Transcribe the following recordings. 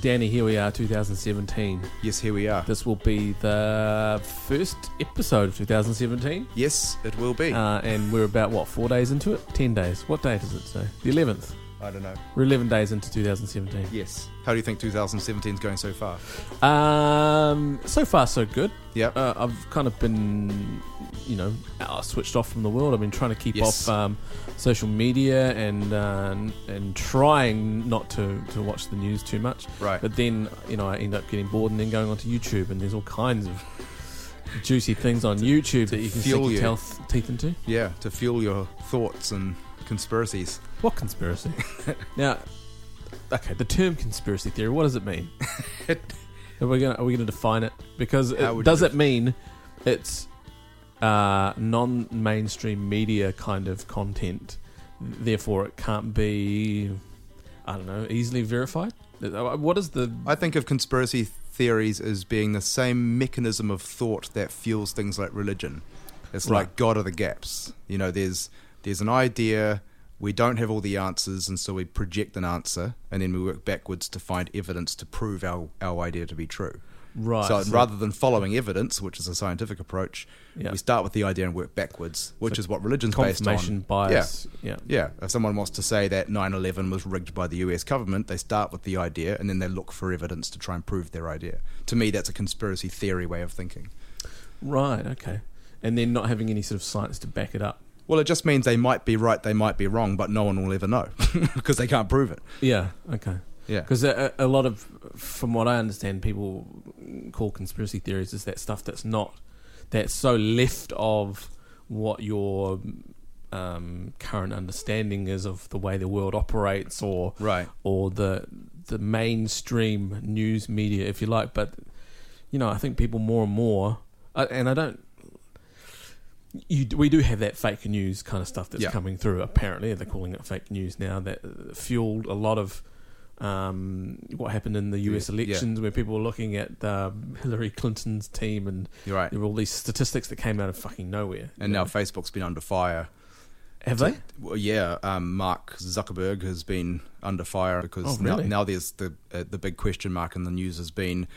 Danny, here we are, 2017. Yes, here we are. This will be the first episode of 2017. Yes, it will be. Uh, and we're about, what, four days into it? Ten days. What day does it say? The 11th. I don't know. We're 11 days into 2017. Yes. How do you think 2017 is going so far? Um, so far, so good. Yep. Uh, I've kind of been, you know, uh, switched off from the world. I've been trying to keep Yes. off um, social media and uh, and trying not to, to watch the news too much. right. But then, you know, I end up getting bored and then going onto YouTube, and there's all kinds of juicy things on YouTube that you can sink fuel your you. teeth, teeth into. yeah, to fuel your thoughts and conspiracies. What conspiracy? now, okay, the term conspiracy theory, what does it mean? are we going to are we going to define it? Because it- How would does you- it mean it's uh, non-mainstream media kind of content, therefore it can't be I don't know, easily verified? Uh, What is the I think of conspiracy theories as being the same mechanism of thought that fuels things like religion. It's Right. like God of the gaps. You know, there's there's an idea. We don't have all the answers, and so we project an answer, and then we work backwards to find evidence to prove our, our idea to be true. right? so rather than following evidence, which is a scientific approach, Yeah. we start with the idea and work backwards, which So is what religion's based confirmation on. bias. Yeah. Yeah, if someone wants to say that 9/11 was rigged by the US government, they start with the idea and then they look for evidence to try and prove their idea. To me, that's a conspiracy theory way of thinking. Right. Okay. And then not having any sort of science to back it up. Well, it just means they might be right, they might be wrong, but no one will ever know because they can't prove it. Yeah. Okay. Yeah. Because a, a a lot of, from what I understand, people call conspiracy theories is that stuff that's not, that's so left of what your um, current understanding is of the way the world operates or Right. or the the mainstream news media, if you like. But you know, I think people more and more, uh, and I don't. You, we do have that fake news kind of stuff that's Yeah. coming through. Apparently, they're calling it fake news now. That uh, fueled a lot of um, what happened in the U.S. Yeah. elections, where people were looking at um, Hillary Clinton's team, and You're right. there were all these statistics that came out of fucking nowhere. And now Facebook's been under fire. have they? Well, yeah, um, Mark Zuckerberg has been under fire because Oh, now, really? now there's the uh, the big question mark in the news has been,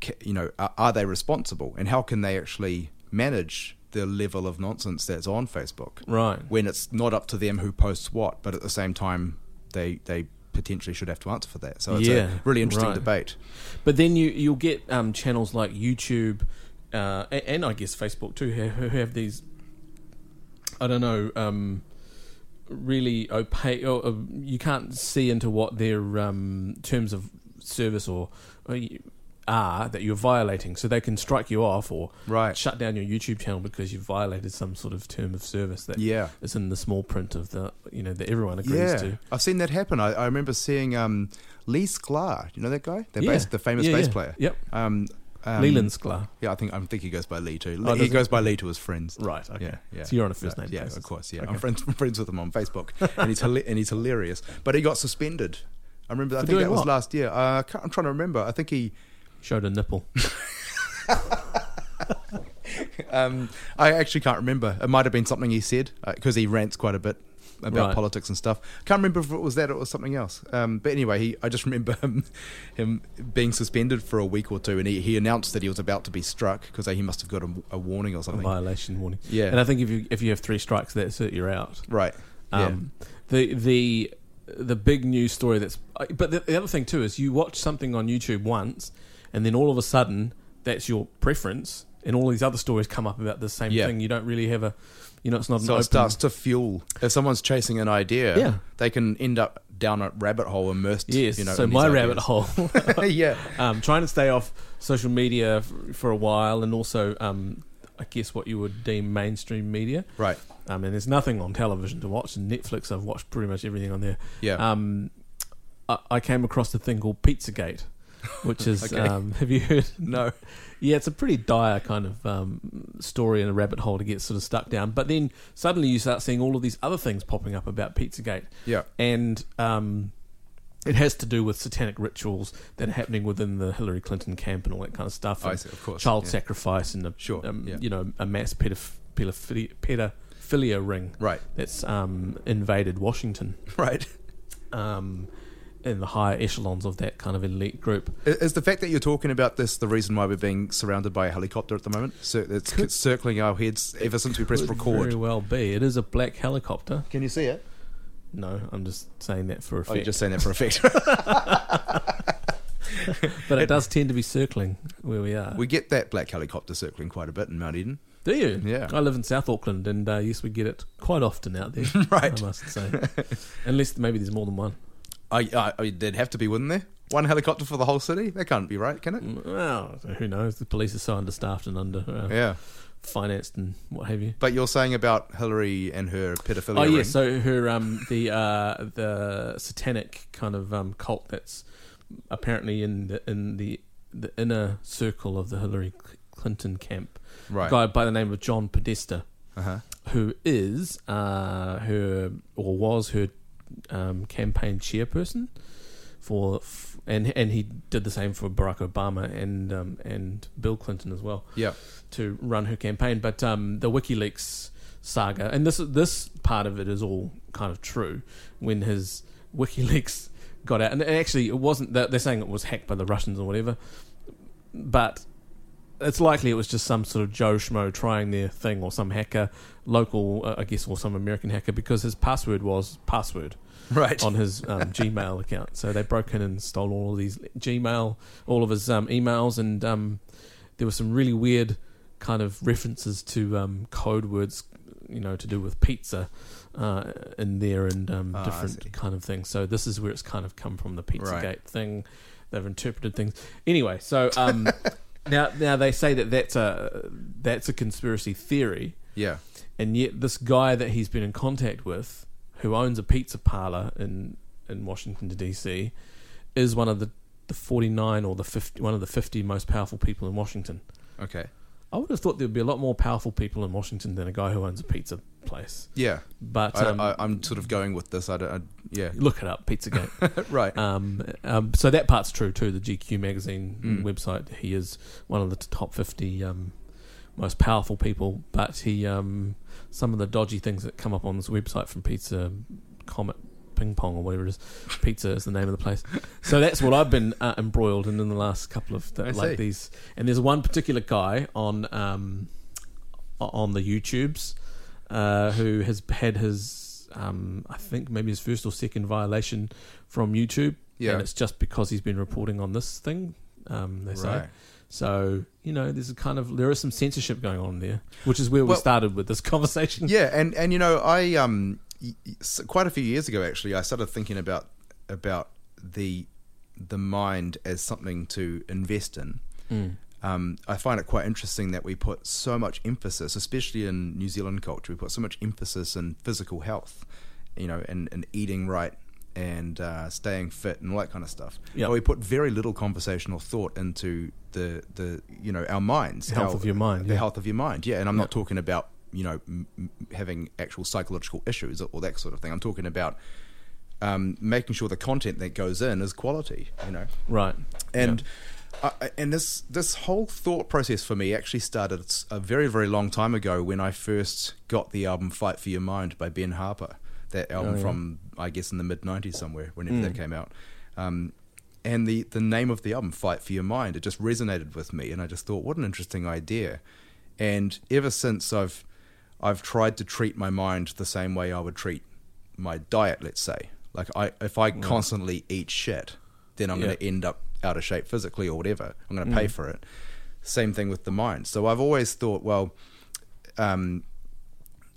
ca- you know, are, are they responsible and how can they actually manage the level of nonsense that's on Facebook Right. when it's not up to them who posts what, but at the same time they they potentially should have to answer for that. So it's Yeah, a really interesting right. debate. But then you you'll get um, channels like YouTube, uh, and, and I guess Facebook too, who, who have these, I don't know, um, really opaque. Or, uh, you can't see into what their um, terms of service or. or you, are that you're violating, so they can strike you off or Right. shut down your YouTube channel because you violated some sort of term of service that is Yeah. in the small print of the you know that everyone agrees yeah, to. I've seen that happen. I, I remember seeing um, Lee Sklar. You know that guy, the Yeah. bass, the famous Yeah, bass yeah. player. Yep, Um, um, Leland Sklar. Yeah, I think I think he goes by Lee too. Oh, he does goes by Lee to his friends. Right. Okay. Yeah, yeah. So you're on a first name yeah, basis. of course. Yeah, Okay. I'm friends I'm friends with him on Facebook, and he's hila- and he's hilarious. But he got suspended. I remember. I For think doing that was what? last year. Uh, I can't, I'm trying to remember. I think he. Showed a nipple. Um, I actually can't remember. It might have been something he said because he rants quite a bit about Right. politics and stuff. Can't remember if it was that or it was something else. Um, but anyway, he, I just remember him, him being suspended for a week or two, and he, he announced that he was about to be struck because he must have got a, a warning or a something. violation warning. Yeah. And I think if you if you have three strikes, that's it. You're out. right. Yeah. Um, The the the big news story that's uh, but the, the other thing too is you watch something on YouTube once, and then all of a sudden that's your preference, and all these other stories come up about the same Yeah. thing. You don't really have a, you know, it's not an So open. it starts to fuel. If someone's chasing an idea, Yeah. they can end up down a rabbit hole immersed. Yes. you know, so in these my ideas. rabbit hole. yeah, um, trying to stay off social media f- for a while, and also. Um, I guess what you would deem mainstream media. right. I mean, there's nothing on television to watch. And Netflix, I've watched pretty much everything on there. Yeah, um, I, I came across a thing called Pizzagate, which is Okay. um, have you heard? No. Yeah, it's a pretty dire kind of um, story in a rabbit hole to get sort of stuck down. But then suddenly you start seeing all of these other things popping up about Pizzagate, yeah, and um, it has to do with satanic rituals that are happening within the Hillary Clinton camp and all that kind of stuff. I and see. Of course, Child yeah. sacrifice and a, Sure, um, yeah. you know a mass pedoph- pedophilia, pedophilia ring Right, that's um, invaded Washington right. um, in the higher echelons of that kind of elite group. I- Is the fact that you're talking about this the reason why we're being surrounded by a helicopter at the moment? So it's Could- circling our heads ever since we pressed Could record. Very well be. It is a black helicopter. Can you see it? No, I'm just saying that for Oh, you're effect. just saying that for effect. but it does tend to be circling where we are. we get that black helicopter circling quite a bit in Mount Eden. Do you? Yeah. I live in South Auckland, and uh, yes, we get it quite often out there. Right. I must say, unless maybe there's more than one. I, I, I, there'd have to be, wouldn't there? One helicopter for the whole city? That can't be right, can it? Mm, Well, who knows? The police are so understaffed and under uh, Yeah. financed and what have you. But you're saying about Hillary and her pedophilia. Oh yeah, ring. so her um the uh the satanic kind of um cult that's apparently in the in the the inner circle of the Hillary Cl- Clinton camp. right. Guy by the name of John Podesta, Uh-huh. who is uh her or was her um campaign chairperson for f- and and he did the same for Barack Obama and um and Bill Clinton as well Yeah. to run her campaign. But um, the WikiLeaks saga, and this this part of it is all kind of true. When his WikiLeaks got out, and actually it wasn't. They're they're saying it was hacked by the Russians or whatever, but it's likely it was just some sort of Joe Schmo trying their thing, or some hacker, local, uh, I guess, or some American hacker, because his password was password Right. on his um, Gmail account. So they broke in and stole all of these Gmail, all of his um, emails, and um, there were some really weird kind of references to um, code words, you know, to do with pizza uh, in there and um, Ah, I see. different kind of things. So this is where it's kind of come from the Pizzagate Right. thing. They've interpreted things anyway. So um, now, now they say that that's a that's a conspiracy theory yeah. and yet this guy that he's been in contact with, who owns a pizza parlor in in Washington D.C., is one of the the 49 or the 50, one of the 50 most powerful people in Washington. Okay. I would have thought there would be a lot more powerful people in Washington than a guy who owns a pizza place. Yeah. But I, um, I, I'm sort of going with this. I don't. I, yeah. look it up, Pizzagate. right. Um, um, so that part's true too. The GQ magazine Mm. website, he is one of the t- top fifty um, most powerful people. But he, um, some of the dodgy things that come up on this website from Pizza Comet Ping Pong or whatever it is, Pizza is the name of the place. So that's what I've been uh, embroiled in in the last couple of I th- like see. these. And there's one particular guy on um, o- on the YouTubes uh, who has had his, um, I think maybe his first or second violation from YouTube. Yeah. And it's just because he's been reporting on this thing, um, they say. Right. So, you know, there's a kind of, there is some censorship going on there, which is where we Well- started with this conversation. yeah and and you know i um y- y- s- quite a few years ago actually i started thinking about about the the mind as something to invest in um, I find it quite interesting that we put so much emphasis, especially in New Zealand culture, we put so much emphasis in physical health, you know, and, and eating right and uh, staying fit and all that kind of stuff. Yeah. But we put very little conversational thought into the, the you know, our minds. The health our- of your mind, The yeah. health of your mind, yeah. And I'm not talking about, you know, m- m- having actual psychological issues or that sort of thing. I'm talking about um, making sure the content that goes in is quality, you know Right. and I, and this this whole thought process for me actually started s- a very very long time ago when I first got the album "Fight for Your Mind" by Ben Harper, that album yeah. from I guess in the mid '90s somewhere, whenever that came out. Um, and the the name of the album "Fight for Your Mind" it just resonated with me, and I just thought, what an interesting idea. And ever since I've I've tried to treat my mind the same way I would treat my diet, let's say. Like I if I constantly eat shit, then I'm Yeah. going to end up out of shape physically or whatever. I'm going to pay for it. Same thing with the mind. So I've always thought, well, um,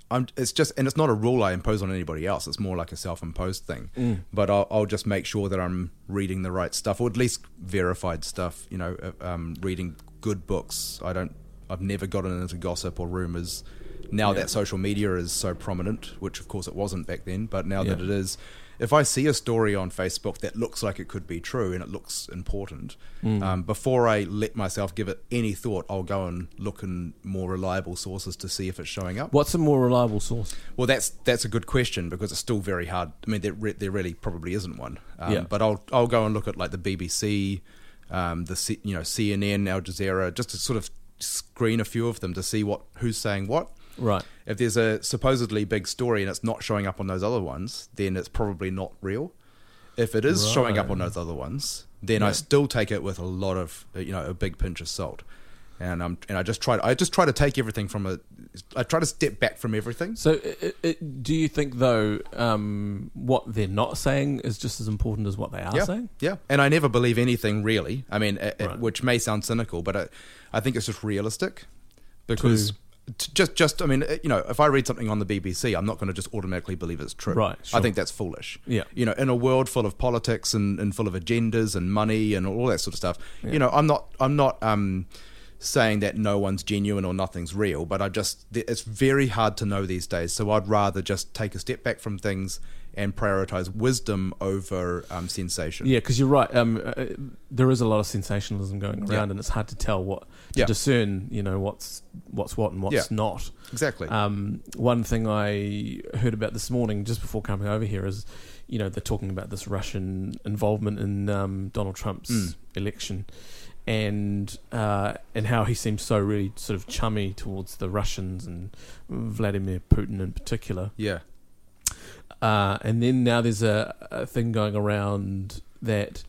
I'm, it's just, and it's not a rule I impose on anybody else. It's more like a self-imposed thing. But I'll, I'll just make sure that I'm reading the right stuff, or at least verified stuff. You know, uh, um, reading good books. I don't. I've never gotten into gossip or rumors. Now that social media is so prominent, which of course it wasn't back then, but now that Yeah. it is, if I see a story on Facebook that looks like it could be true and it looks important, um, before I let myself give it any thought, I'll go and look in more reliable sources to see if it's showing up. What's a more reliable source? Well, that's that's a good question because it's still very hard. I mean, there, re- there really probably isn't one. Um, Yeah. But I'll I'll go and look at like the BBC, um, the C, you know CNN, Al Jazeera, just to sort of screen a few of them to see what who's saying what. Right. If there's a supposedly big story and it's not showing up on those other ones, then it's probably not real. if it is showing up Right. on those other ones, then I Yeah. still take it with a lot of uh, you know a big pinch of salt, and I'm and I just try to I just try to take everything from a I try to step back from everything. So, i i do you think though um, what they're not saying is just as important as what they are yeah, saying? yeah, and I never believe anything really. I mean, uh uh, Right. which may sound cynical, but I, I think it's just realistic because. To- t- Just, just, I mean, uh, you know, if I read something on the BBC, I'm not going to just automatically believe it's true. Right, I sure. think that's foolish. Yeah. you know, in a world full of politics and, and full of agendas and money and all that sort of stuff, you know, I'm not I'm not um, saying that no one's genuine or nothing's real, but I just th- it's very hard to know these days. So I'd rather just take a step back from things and prioritize wisdom over um, sensation. Yeah, because you're right. Um, uh, there is a lot of sensationalism going around, Yeah. and it's hard to tell what to Yeah. discern. You know what's what's what and what's Yeah. not. Exactly. Um, one thing I heard about this morning, just before coming over here, is you know they're talking about this Russian involvement in um, Donald Trump's Mm. election, and uh, and how he seems so really sort of chummy towards the Russians and Vladimir Putin in particular. yeah. Uh, and then now there's a, a thing going around that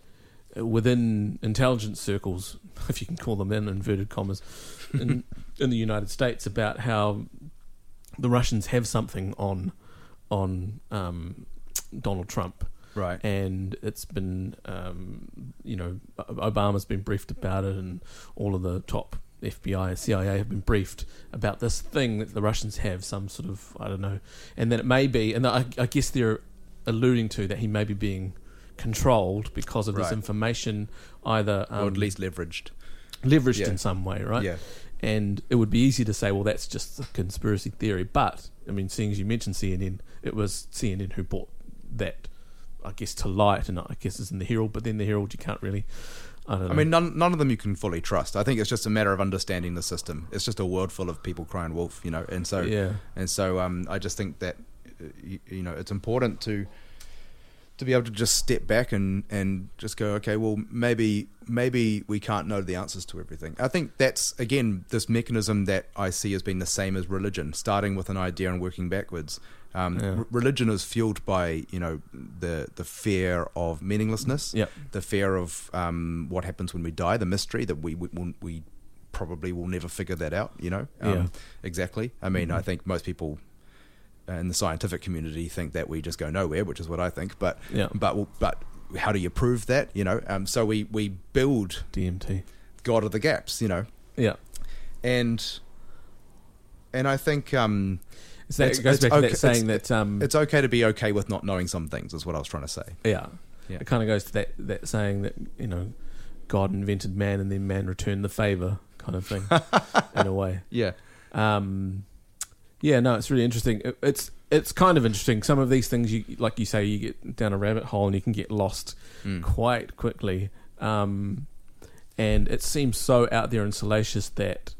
uh, within intelligence circles, if you can call them in inverted commas, in, in the United States about how the Russians have something on on um, Donald Trump, Right. and it's been um, you know O- Obama's been briefed about it, and all of the top FBI and CIA have been briefed about this thing that the Russians have some sort of I don't know, and then it may be, and I, I guess they're alluding to that he may be being controlled because of this Right. information, either um, or at least leveraged. leveraged yeah. in some way, right? Yeah. And it would be easy to say, well, that's just a conspiracy theory. But, I mean, seeing as you mentioned CNN, it was CNN who brought that, I guess, to light. And I guess it's in the Herald, but then the Herald, you can't really. I don't know. I mean, none none of them you can fully trust. I think it's just a matter of understanding the system. It's just a world full of people crying wolf, you know. And so, yeah. and so um, I just think that uh, you, you know it's important to to be able to just step back and and just go okay well maybe maybe we can't know the answers to everything i think that's again this mechanism that i see as being the same as religion starting with an idea and working backwards um, Yeah. re- religion is fueled by you know the the fear of meaninglessness Yep. the fear of um, what happens when we die the mystery that we we, will- we probably will never figure that out you know um, Yeah. Mm-hmm. exactly i mean i think most people uh, in the scientific community think that we just go nowhere, which is what I think. But Yeah. but but how do you prove that? You know, um, so we we build DMT. God of the gaps, you know, Yeah. and and I think um, So that It's- goes it's back to okay- that saying it's- that. Um, it's okay to be okay with not knowing some things. Is what I was trying to say. yeah. Yeah. It kind of goes to that, that saying that, you know, God invented man and then man returned the favor kind of thing, in a way. Yeah, Um, yeah, no, it's really interesting. It- It's it's kind of interesting. Some of these things, you like you say, you get down a rabbit hole and you can get lost Mm. quite quickly. Um, and it seems so out there and salacious that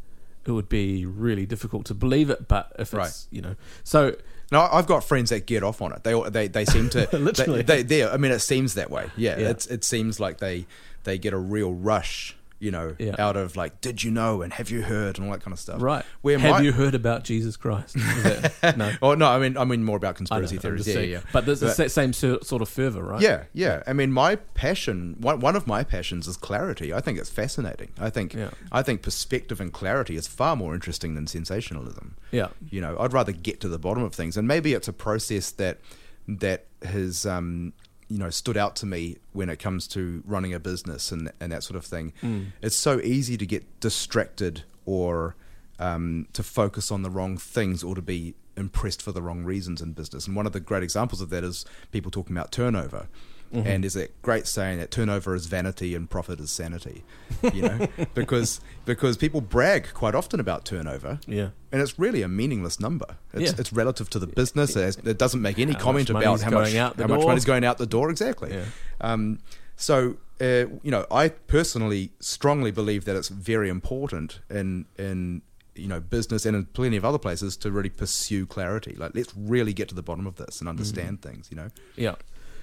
it would be really difficult to believe it. But if it's Right. you know, so no, I've got friends that get off on it. They all- they they seem to Literally. They, they, they I mean, it seems that way. Yeah, Yeah. it's it seems like they they get a real rush. You know, Yeah. out of like, did you know, and have you heard, and all that kind of stuff. right, Where have my- you heard about Jesus Christ? Is that- no, Oh no, I mean I mean more I about don't conspiracy know, I'm theories. just Yeah, saying. yeah, But there's But- the sa- same so- sort of fervor, right? yeah, yeah. I mean, my passion one one of my passions is clarity. I think it's fascinating. I think Yeah. I think perspective and clarity is far more interesting than sensationalism. yeah, You know, I'd rather get to the bottom of things, and maybe it's a process that that has um, you know stood out to me when it comes to running a business and and that sort of thing. It's so easy to get distracted or um, to focus on the wrong things or to be impressed for the wrong reasons in business. And one of the great examples of that is people talking about turnover. And there's that great saying that turnover is vanity and profit is sanity, you know, because because people brag quite often about turnover, yeah. and it's really a meaningless number. It's, Yeah. it's relative to the business. It, has- it doesn't make any How much comment about money's how going much out the how much door. money's going out the door. Exactly. Yeah. Um, so uh, you know, I personally strongly believe that it's very important in in you know business and in plenty of other places to really pursue clarity. Like let's really get to the bottom of this Mm-hmm. and understand things. You know. Yeah.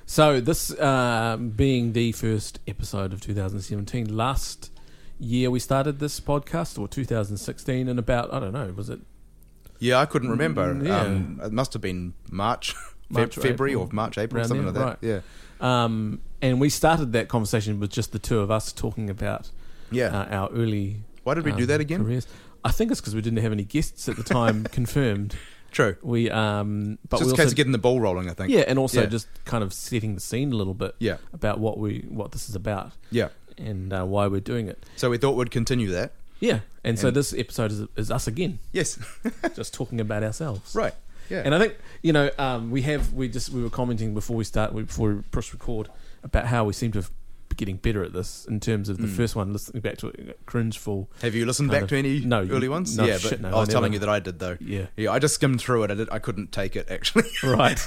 So this uh, being the first episode of 2017, last year we started this podcast, or 2016, and about I don't know, was it Yeah, I couldn't remember. Mm, yeah. Um, it must have been March Feb- March or February April, or March, April, around something there, like that. right. Yeah, Um, and we started that conversation with just the two of us talking about yeah. uh, our early. Why did we do um, that again? Careers. I think it's because we didn't have any guests at the time confirmed. True. We um, but Just we in case also of getting the ball rolling, I think. yeah, and also yeah. just kind of setting the scene a little bit Yeah. about what we what this is about Yeah. and uh, why we're doing it. So we thought we'd continue that. Yeah, and, so And- this episode is, is us again, Yes. just talking about ourselves. right. Yeah. And I think you know um, we have we just we were commenting before we start we- before we press record about how we seem to have been getting better at this in terms of the Mm. first one listening back to it cringeful Have you listened kind back of- to any no, you- early ones? no, yeah, but shit, no, I I was telling never- you that I did though. yeah Yeah, I just skimmed through it. I, did, I couldn't take it actually. right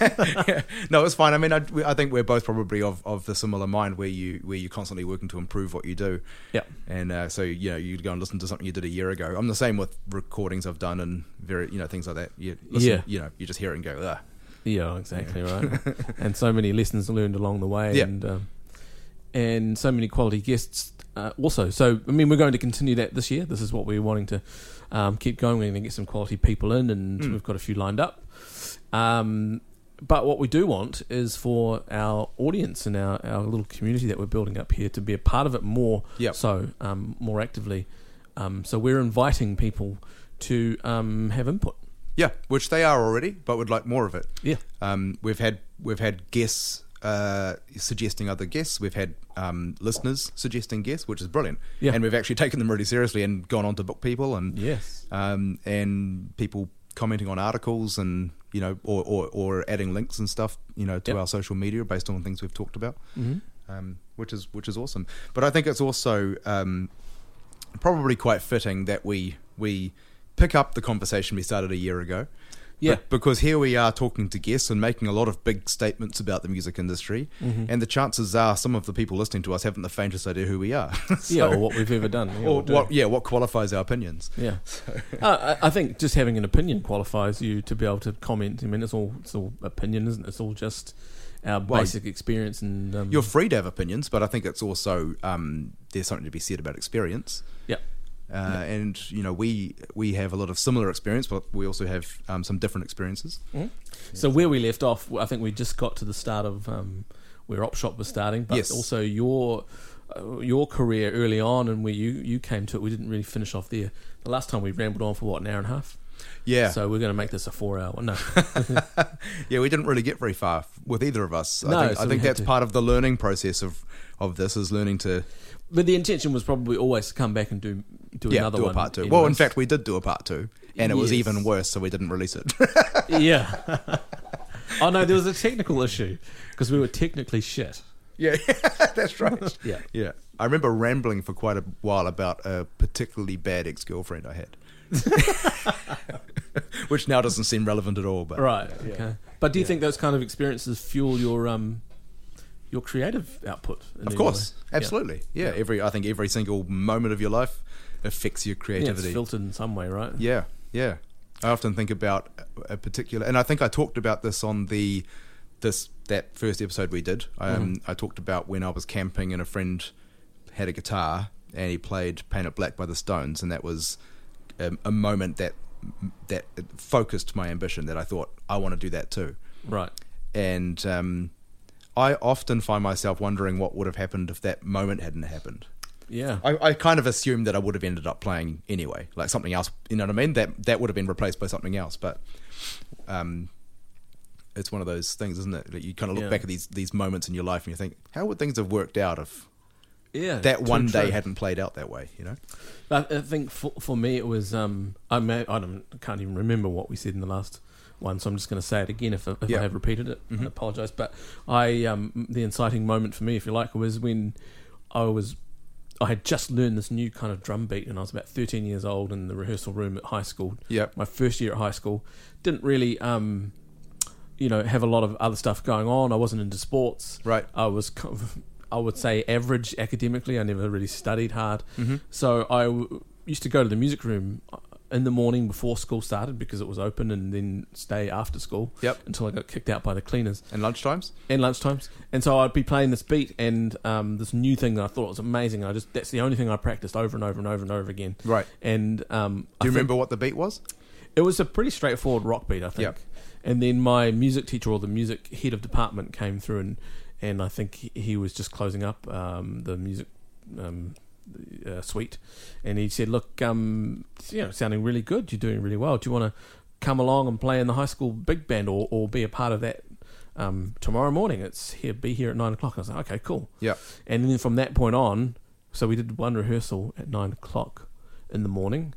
no, it's fine. I mean, I, we- I think we're both probably of, of the similar mind where you where you're constantly working to improve what you do. Yeah. And uh, so you know you'd go and listen to something you did a year ago. I'm the same with recordings I've done and very you know things like that. You listen, Yeah. You know you just hear it and go. "Ah." Ugh. yeah exactly right and so many lessons learned along the way Yeah. and um, and so many quality guests uh, also so I mean we're going to continue that this year this is what we're wanting to um, keep going we're going to get some quality people in and Mm. we've got a few lined up um, but what we do want is for our audience and our, our little community that we're building up here to be a part of it more Yep. so um, more actively um, so we're inviting people to um, have input Yeah, which they are already, but would like more of it. Yeah. Um, we've had we've had guests uh, suggesting other guests. We've had um, listeners suggesting guests, which is brilliant. Yeah. And we've actually taken them really seriously and gone on to book people and yes um, and people commenting on articles and you know or, or, or adding links and stuff you know to Yep. our social media based on things we've talked about mm-hmm. um, which is which is awesome. But I think it's also um, probably quite fitting that we we pick up the conversation we started a year ago. Yeah. Be- because here we are talking to guests and making a lot of big statements about the music industry, Mm-hmm. and the chances are some of the people listening to us haven't the faintest idea who we are, So- yeah or what we've ever done yeah, or we'll do. what yeah what qualifies our opinions. Yeah, uh, I I think just having an opinion qualifies you to be able to comment. I mean, it's all it's all opinion, isn't it? It's all just our Well, basic experience and um, You're free to have opinions, but I think it's also um, there's something to be said about experience. Yeah. Uh, And you know we we have a lot of similar experience, but we also have um, some different experiences. So where we left off, I think we just got to the start of um, where Op Shop was starting, but Yes. also your uh, your career early on and where you, you came to it. We didn't really finish off there. The last time we rambled on for what an hour and a half. Yeah, So we're going to make this a four hour. No, yeah, we didn't really get very far f- with either of us. No, I think, so I we think had that's to- part of the learning process of of this is learning to but the intention was probably always to come back and do do yeah another do one. a part two. Well, in anyways. fact, we did do a part two, and it was Yes. even worse, so we didn't release it. yeah. oh no, there was a technical issue because we were technically shit. yeah, that's right. Yeah. Yeah, I remember rambling for quite a while about a particularly bad ex girlfriend I had, which now doesn't seem relevant at all. But Right. Okay. But do you think those kind of experiences fuel your um your creative output? in of any course, way? absolutely, yeah. Every I think every single moment of your life affects your Yeah. Yeah, it's creativity. filtered in some way, right? Yeah, yeah. I often think about a particular, and I think I talked about this on the this that first episode we did. Um, I talked about when I was camping and a friend had a guitar and he played "Paint It Black" by the Stones, and that was um, a, a moment that that focused my ambition. That I thought I want to do that too Right. and um, I often find myself wondering what would have happened if that moment hadn't happened. Yeah. I, I kind of assumed that I would have ended up playing anyway, like something else. You know what I mean? That that would have been replaced by something else. But um, it's one of those things, isn't it? That you kind of look Yeah. back at these these moments in your life and you think, how would things have worked out if Yeah. that too one day true. hadn't played out that way? You know? I, I think for, for me it was um I may, I don't I can't even remember what we said in the last one, so I'm just going to say it again if, I- if Yeah. I have repeated it. I apologise, but I um the inciting moment for me, if you like, was when I was I had just learned this new kind of drum beat, and I was about 13 years old in the rehearsal room at high school. Yep. my first year at high school, didn't really um you know have a lot of other stuff going on. I wasn't into sports. Right. I was, kind of- I would say, average academically. I never really studied hard, Mm-hmm. so I w- used to go to the music room uh, in the morning before school started because it was open, and then stay after school Yep. until I got kicked out by the cleaners And lunchtimes. and lunchtimes. And so I'd be playing this beat and um, this new thing that I thought was amazing. And I just that's the only thing I practiced over and over and over and over again. Right. And um, Do you I think remember what the beat was? it was a pretty straightforward rock beat, I think. Yep. And then my music teacher or the music head of department came through, and and I think he, he was just closing up um, the music um, uh, suite, and he said, "Look, um, you know, sounding really good. You're doing really well. Do you want to come along and play in the high school big band, or or be a part of that?" Um, tomorrow morning, it's here. Be here at nine o'clock. I was like, okay, cool. Yeah. And then from that point on, so we did one rehearsal at nine o'clock in the morning,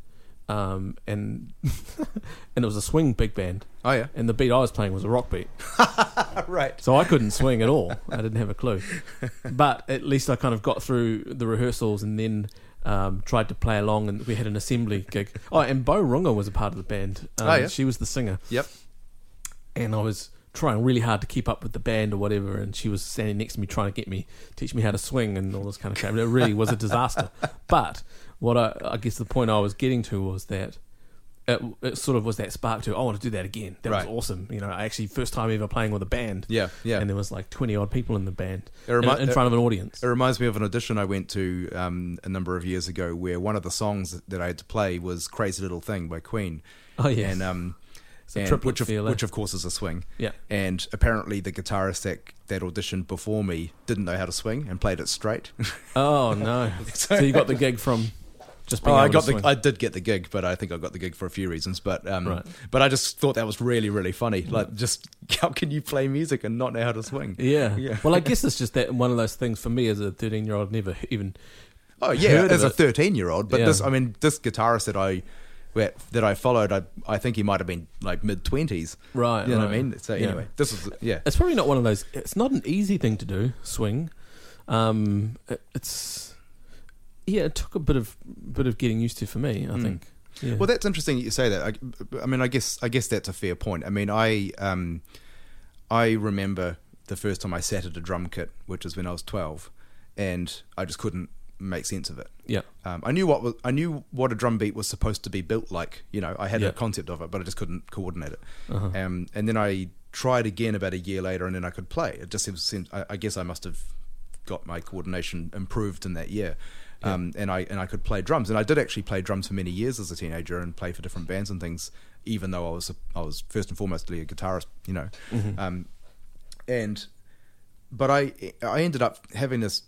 um, and and it was a swing big band, Oh yeah. and the beat I was playing was a rock beat, right. so I couldn't swing at all. I didn't have a clue, but at least I kind of got through the rehearsals, and then. Um, tried to play along, and we had an assembly gig. Oh, and Bo Runga was a part of the band. Um, Oh, yeah. She was the singer Yep. and I was trying really hard to keep up with the band or whatever. And she was standing next to me trying to get me, teach me how to swing and all this kind of crap. It really was a disaster. But what I, I guess the point I was getting to was that it, it sort of was that spark to "Oh, I want to do that again. That Right. was awesome. You know, I actually first time ever playing with a band. Yeah. Yeah. And there was like twenty odd people in the band It remi- in, in it- front of an audience. It reminds me of an audition I went to um, a number of years ago where one of the songs that I had to play was Crazy Little Thing by Queen. Oh, yes. And, um, a and triplet which, of, feel, eh? which of course is a swing. Yeah. And apparently the guitarist that, that auditioned before me didn't know how to swing and played it straight. oh no! so you got the gig from just being Oh, I able got to the, swing. I did get the gig, but I think I got the gig for a few reasons. But um, Right. but I just thought that was really really funny. Like, just how can you play music and not know how to swing? yeah. Mm. Yeah. Well, I guess it's just that one of those things for me as a thirteen-year-old never even Oh yeah, Heard as of a it. thirteen year old. But Yeah. this, I mean, this guitarist that I that- that I followed, I I think he might have been like mid twenties. Right, You know what I right. mean? So Yeah. anyway, this is yeah. it's probably not one of those. It's not an easy thing to do. Swing. Um, it- it's yeah. It took a bit of bit of getting used to for me. I think. Yeah. Mm. Well, that's interesting that you say that. I, I mean, I guess I guess that's a fair point. I mean, I um, I remember the first time I sat at a drum kit, which is when I was twelve, and I just couldn't make sense of it. yeah. Um, I knew what was, I knew what a drum beat was supposed to be built like. You know, I had Yeah. Uh-huh. a concept of it, but I just couldn't coordinate it. Um, and then I tried again about a year later, and then I could play. It just seems. seems- I, I guess I must have got my coordination improved in that year. Um, and I and I could play drums, and I did actually play drums for many years as a teenager, and play for different bands and things. Even though I was a, I was first and foremostly a guitarist, you know, Mm-hmm. um, and but I I ended up having this,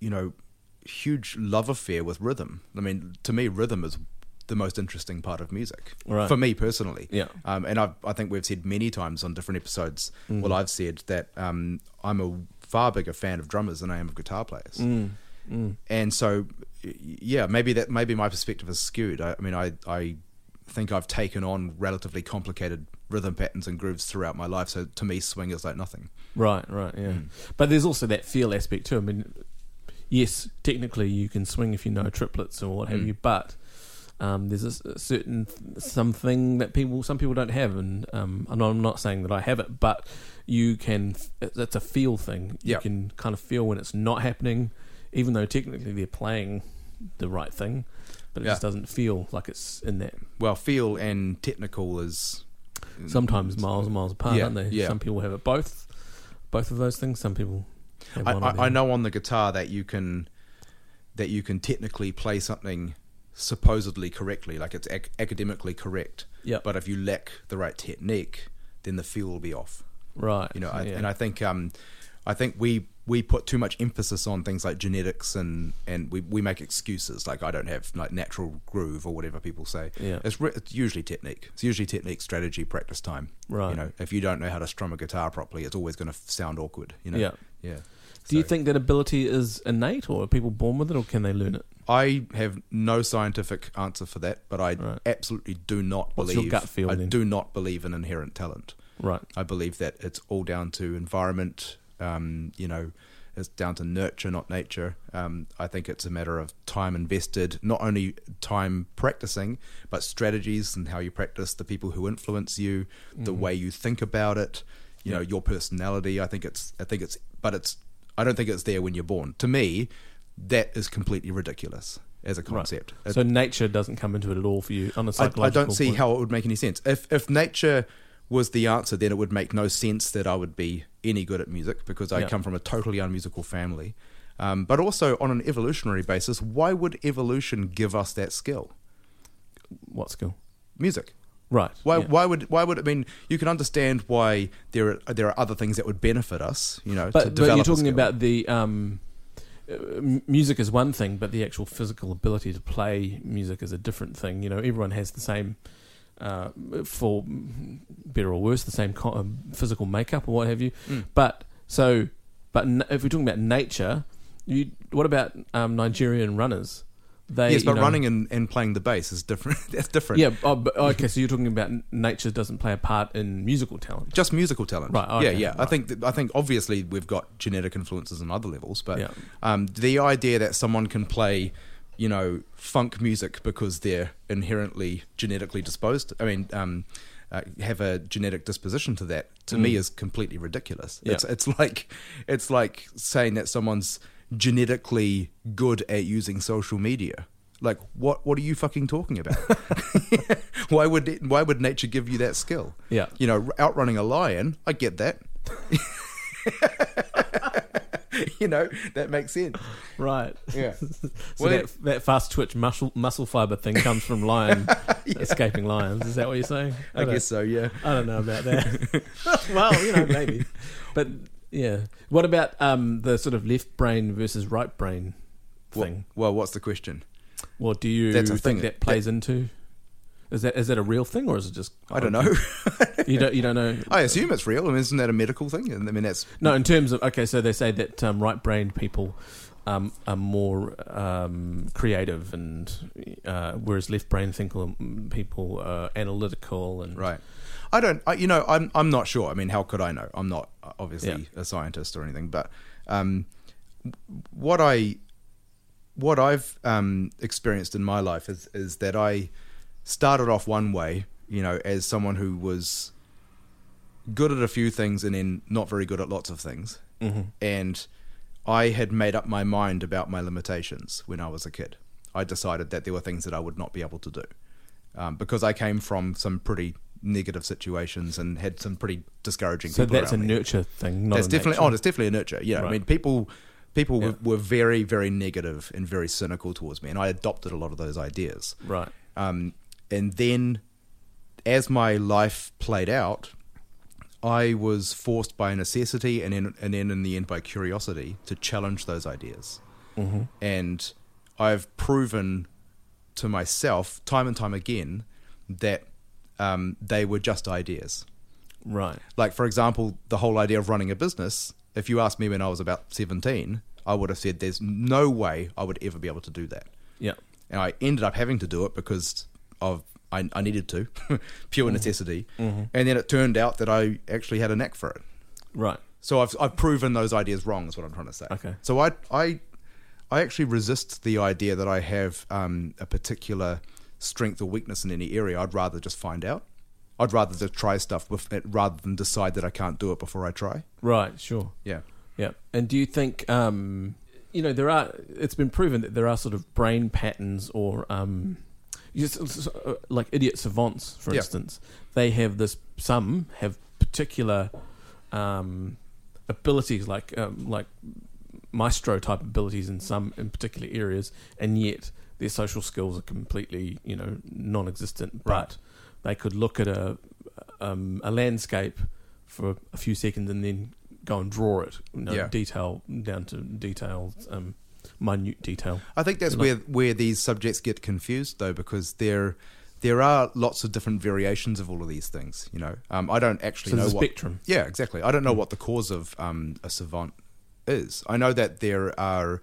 you know, huge love affair with rhythm. I mean, to me, rhythm is the most interesting part of music Right. for me personally. Yeah. Um, and I I think we've said many times on different episodes. Mm. Well, I've said that um, I'm a far bigger fan of drummers than I am of guitar players. Mm. And so, y- yeah, maybe that maybe my perspective is skewed. I, I mean, I I think I've taken on relatively complicated rhythm patterns and grooves throughout my life. So to me, swing is like nothing. Right. Right. Yeah. Mm. But there's also that feel aspect too. I mean, yes, technically you can swing if you know triplets or what Mm. have you, but um, there's a, s- a certain th- something that people some people don't have, and um, and I'm not saying that I have it, but you can. f- it- It's a feel thing. You Yeah. can kind of feel when it's not happening, even though technically they're playing the right thing, but it Yeah. just doesn't feel like it's in that. well, feel and technical is Sometimes miles and miles apart, Mm. Yeah, aren't they? yeah. Some people have it both, both of those things. Some people. Have I, one or the I, I other. know on the guitar that you can that you can technically play something supposedly correctly, like it's ac- academically correct. Yeah. But if you lack the right technique, then the feel will be off. Right. You know, I, yeah. and I think um, I think we we put too much emphasis on things like genetics and and we, we make excuses like I don't have like natural groove or whatever people say. Yeah. It's, re- it's usually technique. It's usually technique, strategy, practice time. Right. You know, if you don't know how to strum a guitar properly, it's always going to sound awkward. You know. Yeah. Yeah. Do you So- think that ability is innate, or are people born with it, or can they learn it? I have no scientific answer for that, but I Right. absolutely do not What's believe. your gut feel I then? do not believe in inherent talent. Right. I believe that it's all down to environment. Um, you know, it's down to nurture, not nature. Um, I think it's a matter of time invested, not only time practicing, but strategies and how you practice, the people who influence you, the way you think about it. You know, your personality. I think it's. I think it's. But it's. I don't think it's there when you're born. To me, that is completely ridiculous as a concept. It- So nature doesn't come into it at all for you on a Uh, I, psychological. I don't see point. how it would make any sense. If if nature was the answer, then it would make no sense that I would be any good at music because I Yeah. come from a totally unmusical family. Um, but also on an evolutionary basis, why would evolution give us that skill? what skill. Music. Right. Why, yeah. why would why would I mean you can understand why there are there are other things that would benefit us you know to but, but develop you're a talking skill. about the um, uh, m- music is one thing, but the actual physical ability to play music is a different thing. You know, everyone has the same, uh, for better or worse, the same co- um, physical makeup or what have you. Mm. But so, but n- if we're talking about nature, you what about um, Nigerian runners? They yes you but know- running and, and playing the bass is different that's different Yeah. Oh, but, okay. so you're talking about n- nature doesn't play a part in musical talent. just musical talent Right, okay, yeah yeah I right. think that, I think obviously we've got genetic influences on other levels but Yeah. um, the idea that someone can play you know funk music because they're inherently genetically disposed I mean um, uh, have a genetic disposition to that to Mm. me is completely ridiculous Yeah. it's it's like it's like saying that someone's genetically good at using social media like what what are you fucking talking about why would it, why would nature give you that skill Yeah. you know outrunning a lion i get that you know that makes sense Right. yeah So Well, that, that fast twitch muscle muscle fiber thing comes from lion escaping lions. Is that what you're saying? i don't- guess so yeah I don't know about that. well, you know, maybe. But yeah, what about um, the sort of left brain versus right brain Wha- thing? well what's the question Well, do you That's a think thing. that plays into? Is that is that a real thing or is it just? i don't know You don't you don't know. i assume it's real I mean, isn't that a medical thing i mean that's No, in terms of okay, so they say that um, right-brained people um, are more um, creative, and uh, whereas left-brained think people are analytical and Right. I don't. I, you know, I'm. I'm not sure. I mean, how could I know? I'm not uh, obviously a scientist or anything. But um, what I what I've um, experienced in my life is is that I started off one way. You know, as someone who was good at a few things and then not very good at lots of things. Mm-hmm. And I had made up my mind about my limitations when I was a kid. I decided that there were things that I would not be able to do um, because I came from some pretty negative situations and had some pretty discouraging. So people that's a around me. nurture thing. Not That's a definitely. nature. Oh, it's definitely a nurture. Yeah, I Right. mean, people people Yeah. were, were very very negative and very cynical towards me, and I adopted a lot of those ideas. right. Um, and then, as my life played out, I was forced by necessity and then, and then in the end by curiosity to challenge those ideas. Mm-hmm. And I've proven to myself time and time again that um, they were just ideas. Right. Like, for example, the whole idea of running a business, if you asked me when I was about 17, I would have said, There's no way I would ever be able to do that Yeah. and I ended up having to do it because of I, I needed to, pure necessity. And then it turned out that I actually had a knack for it. Right. So I've I've proven those ideas wrong. Is what I'm trying to say. Okay. So I I I actually resist the idea that I have um, a particular strength or weakness in any area. I'd rather just find out. I'd rather just try stuff with it rather than decide that I can't do it before I try. Right. Sure. Yeah. Yeah. And do you think, um, you know, there are, it's been proven that there are sort of brain patterns or, um, you s- s- uh, like idiot savants, for Yeah. instance, they have this, some have particular um, abilities, like, um, like maestro type abilities in some, in particular areas, and yet their social skills are completely, you know, non existent. Right. But they could look at a, um, a landscape for a few seconds and then go and draw it, you know, Yeah. detail down to details, um, minute detail. I think that's Like- where where these subjects get confused though, because there there are lots of different variations of all of these things. You know, um, I don't actually So know the what. spectrum. Yeah, exactly. I don't know what the cause of um, a savant is. I know that there are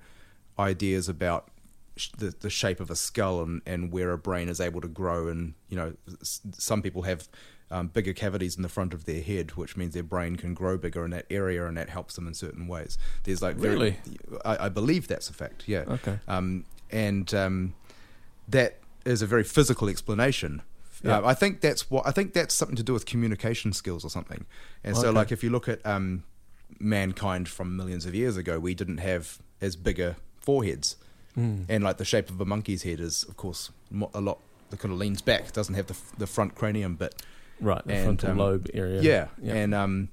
ideas about sh- the, the shape of a skull and, and where a brain is able to grow. And, you know, s- some people have um, bigger cavities in the front of their head, which means their brain can grow bigger in that area and that helps them in certain ways. There's like very- Really? I, I believe that's a fact, yeah. Okay. Um, and um, that is a very physical explanation. Yeah. Uh, I think that's what I think that's something to do with communication skills or something. And so, Okay. like, if you look at um, mankind from millions of years ago, we didn't have as bigger foreheads, Hmm. and like the shape of a monkey's head is, of course, mo- a lot. It kind of leans back, It doesn't have the f- the front cranium bit. Right, the And, frontal um, lobe area. Yeah, Yeah. and um,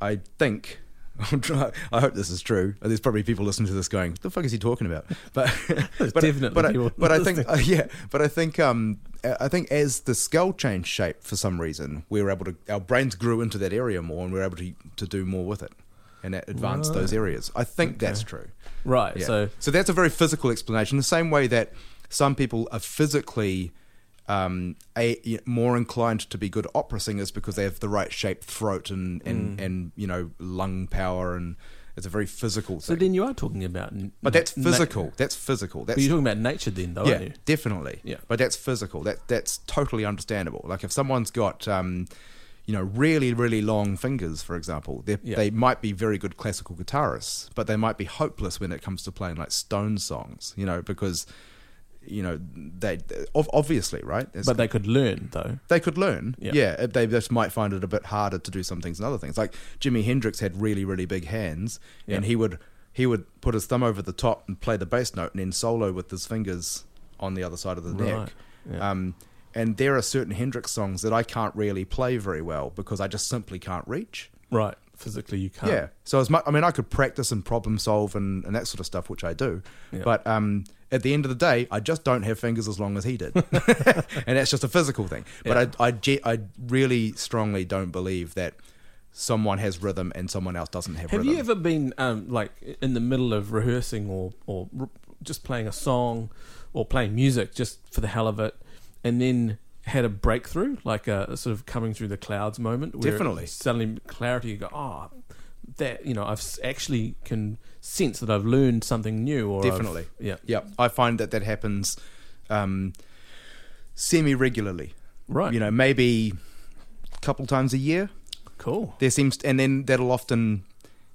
I think I'm try- I hope this is true. There's probably people listening to this going, "What the fuck is he talking about?" But There's but, definitely but, I, people but I think uh, yeah, but I think um, I think as the skull changed shape for some reason, we were able to our brains grew into that area more, and we were able to to do more with it and it advanced those areas. I think that's true. Right. Yeah. So that's a very physical explanation. The same way that some people are physically um, a, y- more inclined to be good opera singers because they have the right shaped throat and Mm. and, and you know lung power and it's a very physical so thing. then you are talking about n- but that's na- physical. that's physical. but That's you're talking about nature then though, yeah, aren't you? definitely. Yeah. but that's physical. That that's totally understandable. Like if someone's got, um, you know, really really long fingers, for example, they Yeah. they might be very good classical guitarists, but they might be hopeless when it comes to playing like Stone songs. You know, because you know they ob- obviously right. It's- But they could learn though. they could learn. Mm. Yeah. Yeah. it- they just might find it a bit harder to do some things than other things. Like Jimi Hendrix had really, really big hands, Yeah. and he would he would put his thumb over the top and play the bass note, and then solo with his fingers on the other side of the Right, neck. yeah. Um, and there are certain Hendrix songs that I can't really play very well because I just simply can't reach. Right. Physically you can't. Yeah. So as much, I mean, I could practice and problem solve and, and that sort of stuff, which I do. Yeah. But um, at the end of the day, I just don't have fingers as long as he did, and that's just a physical thing. But I, I, ge- I really strongly don't believe that someone has rhythm and someone else doesn't have, Have rhythm. you ever been um, like in the middle of rehearsing or or r- just playing a song or playing music just for the hell of it, and then had a breakthrough, like a, sort of coming through the clouds moment? Where Definitely. suddenly clarity. You go, ah, that you know, I've s- actually can sense that I've learned something new. Or I've-" Definitely. yeah, yeah, I find that that happens um, semi regularly. right. You know, maybe a couple times a year. cool. there seems and then that'll often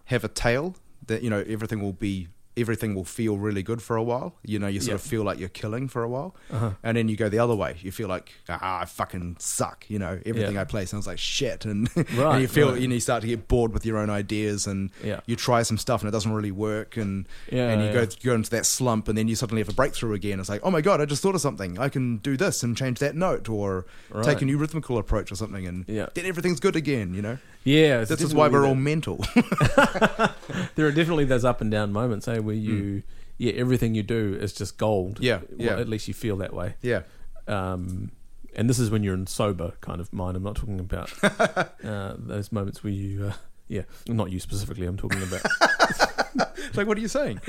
have a tail that you know everything will be everything will feel really good for a while you know you sort Yeah. Uh-huh. of feel like you're killing for a while and then you go the other way you feel like ah i fucking suck you know everything Yeah. i play sounds like shit and, Right, and you feel right. you know you start to get bored with your own ideas and Yeah. you try some stuff and it doesn't really work and Yeah, and you yeah. go go into that slump and then you suddenly have a breakthrough again it's like oh my god i just thought of something i can do this and change that note or Right. take a new rhythmical approach or something and Yeah. then everything's good again you know Yeah, it's this is why we're all definitely mental. that- There are definitely those up and down moments, eh, where you, yeah, everything you do is just gold. Mm. Yeah, Well, yeah. at least you feel that way. yeah. um, and this is when you're in sober kind of mind. I'm not talking about uh, those moments where you, uh, yeah, not you specifically. I'm talking about It's like, what are you saying?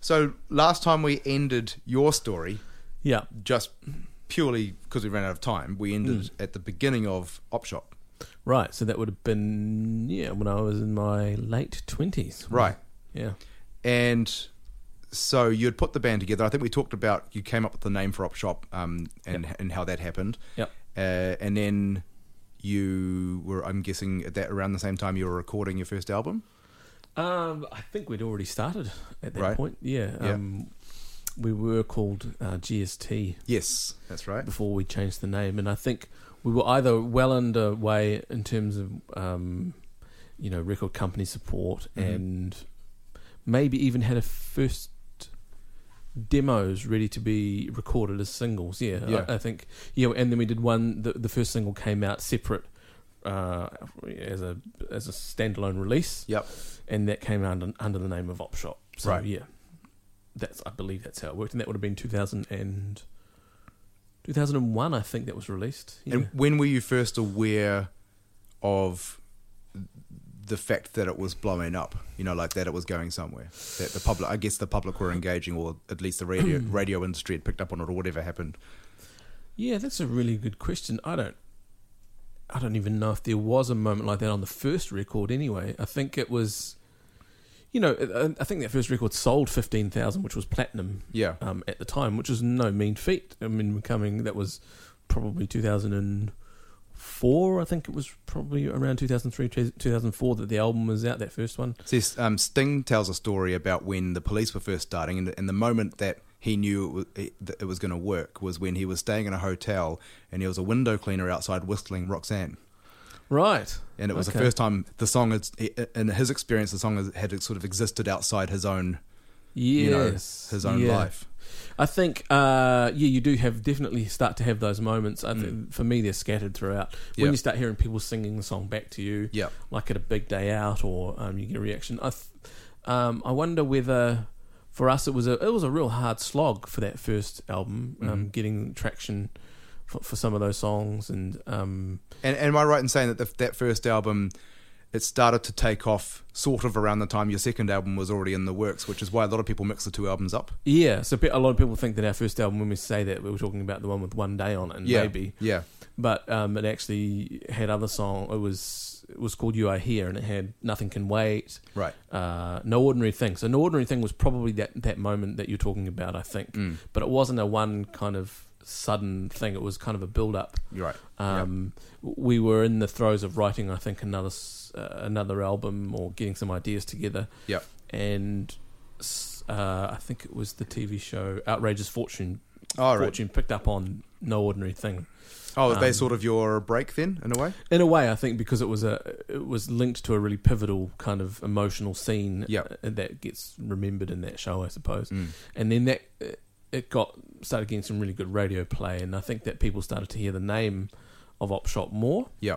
so last time we ended your story, yeah, just purely because we ran out of time, we ended at the beginning of Op Shop. right. So that would have been yeah when I was in my late twenties. Right. Yeah. And so you'd put the band together. I think we talked about you came up with the name for Op Shop um, and, and how that happened. Yep. Uh, and then you were, I'm guessing, at that around the same time you were recording your first album. Um, I think we'd already started at that Right. point. Yeah. Yeah. Um, we were called uh, GST Yes, that's right. before we changed the name, and I think we were either well underway in terms of um, you know record company support, Mhm. and maybe even had a first demos ready to be recorded as singles. Yeah, Yeah. I, I think yeah, and then we did one. The, the first single came out separate. Uh, as a as a standalone release, Yep. and that came out under, under the name of Op Shop. So Right. yeah, that's I believe that's how it worked, and that would have been 2000 and 2001, I think that was released. Yeah. And when were you first aware of the fact that it was blowing up? You know, like that it was going somewhere. That the public, I guess, the public were engaging, or at least the radio radio industry had picked up on it, or whatever happened. yeah, that's a really good question. I don't, I don't even know if there was a moment like that on the first record. Anyway, I think it was, you know, uh, I- I think that first record sold 15,000, which was platinum Yeah, um, at the time, which is no mean feat. I mean, we're coming that was probably 2004. I think it was probably around 2003, 2004 that the album was out. That first one. See, um, Sting tells a story about when the police were first starting, and, and the moment that he knew it was, it, that it was going to work was when he was staying in a hotel, and there was a window cleaner outside whistling Roxanne. Right. and it was Okay. the first time the song had, in his experience, the song had sort of existed outside his own you know, Yes. his own yeah. life. I think, uh, yeah, you do have definitely start to have those moments. I think for me, they're scattered throughout. When Mm. Yeah. you start hearing people singing the song back to you, Yeah. like at a big day out, or um, you get a reaction. I, th- um, I wonder whether for us it was a it was a real hard slog for that first album, Mm-hmm. um, getting traction for, for some of those songs, and um, And, and am I right in saying that the, that first album, it started to take off sort of around the time your second album was already in the works, which is why a lot of people mix the two albums up. yeah. So pe- a lot of people think that our first album, when we say that, we were talking about the one with one day on it, and Yeah, maybe yeah, but um, it actually had other song. It was it was called "You Are Here" and it had "Nothing Can Wait," right. uh, "No Ordinary Thing." So "No Ordinary Thing" was probably that that moment that you're talking about, I think. Mm. But it wasn't a one kind of sudden thing. It was kind of a build up. You're right. Um, We were in the throes of writing, I think, another s- uh, another album or getting some ideas together, Yep. and s- uh, I think it was the TV show "Outrageous Fortune." All Oh, right. Fortune picked up on "No Ordinary Thing." Oh, they Um, sort of your break then, in a way. In a way, I think because it was a it was linked to a really pivotal kind of emotional scene Yeah. uh, that gets remembered in that show, I suppose. Mm. And then that uh, it got started getting some really good radio play, and I think that people started to hear the name of Opshop more. Yeah.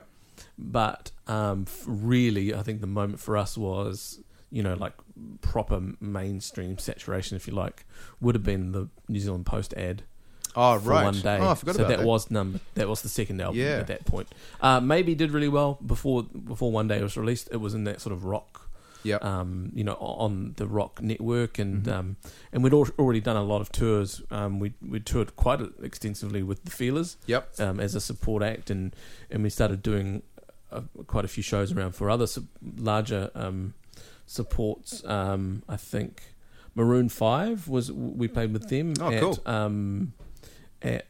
But um, f- really, I think the moment for us was you know like proper mainstream saturation, if you like, would have been the New Zealand Post ad Oh, for right. one day. Oh, I forgot so about that, that. was number that was the second album Yeah. at that point. Uh, maybe did really well before before one day it was released. It was in that sort of rock, yeah. um, you know, o- on the rock network, and Mm-hmm. um, and we'd al- already done a lot of tours. Um, we we toured quite e-, extensively with the Feelers yep. um, as a support act, and and we started doing uh, quite a few shows around for other sup- larger um, supports. Um, I think Maroon Five was we played with them. Oh, at, cool. Um, at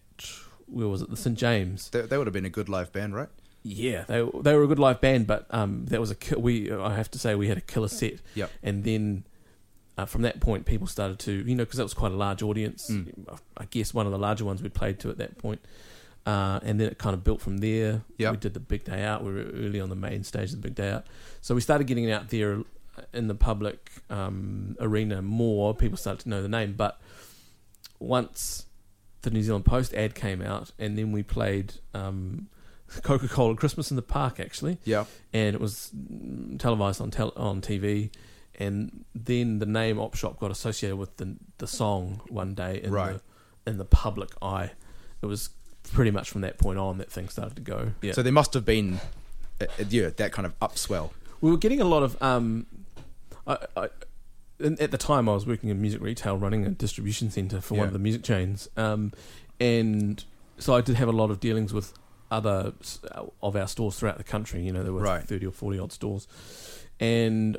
where was it? The St James. That, that would have been a good live band, right? Yeah, they they were a good live band, but um, that was a ki- we. I have to say we had a killer set. Yep. and then. Uh, from that point, people started to, you know, because that was quite a large audience. I guess one of the larger ones we played to at that point. Uh, and then it kind of built from there. Yep. We did the big day out. We were early on the main stage of the big day out. So we started getting out there uh, in the public um, arena more. People started to know the name. But once the New Zealand Post ad came out, and then we played um, Coca Cola Christmas in the Park, actually Yeah. and it was mm, televised on tel- on TV. And then the name Op Shop got associated with the the song one day in Right. the in the public eye. It was pretty much from that point on that things started to go. Yeah, So there must have been, uh, uh, yeah, that kind of upswell. we were getting a lot of um, I, I, and at the time I was working in music retail, running a distribution center for one Yeah. of the music chains, um, and so I did have a lot of dealings with other s- uh, of our stores throughout the country. You know, there were Right. thirty or forty odd stores, and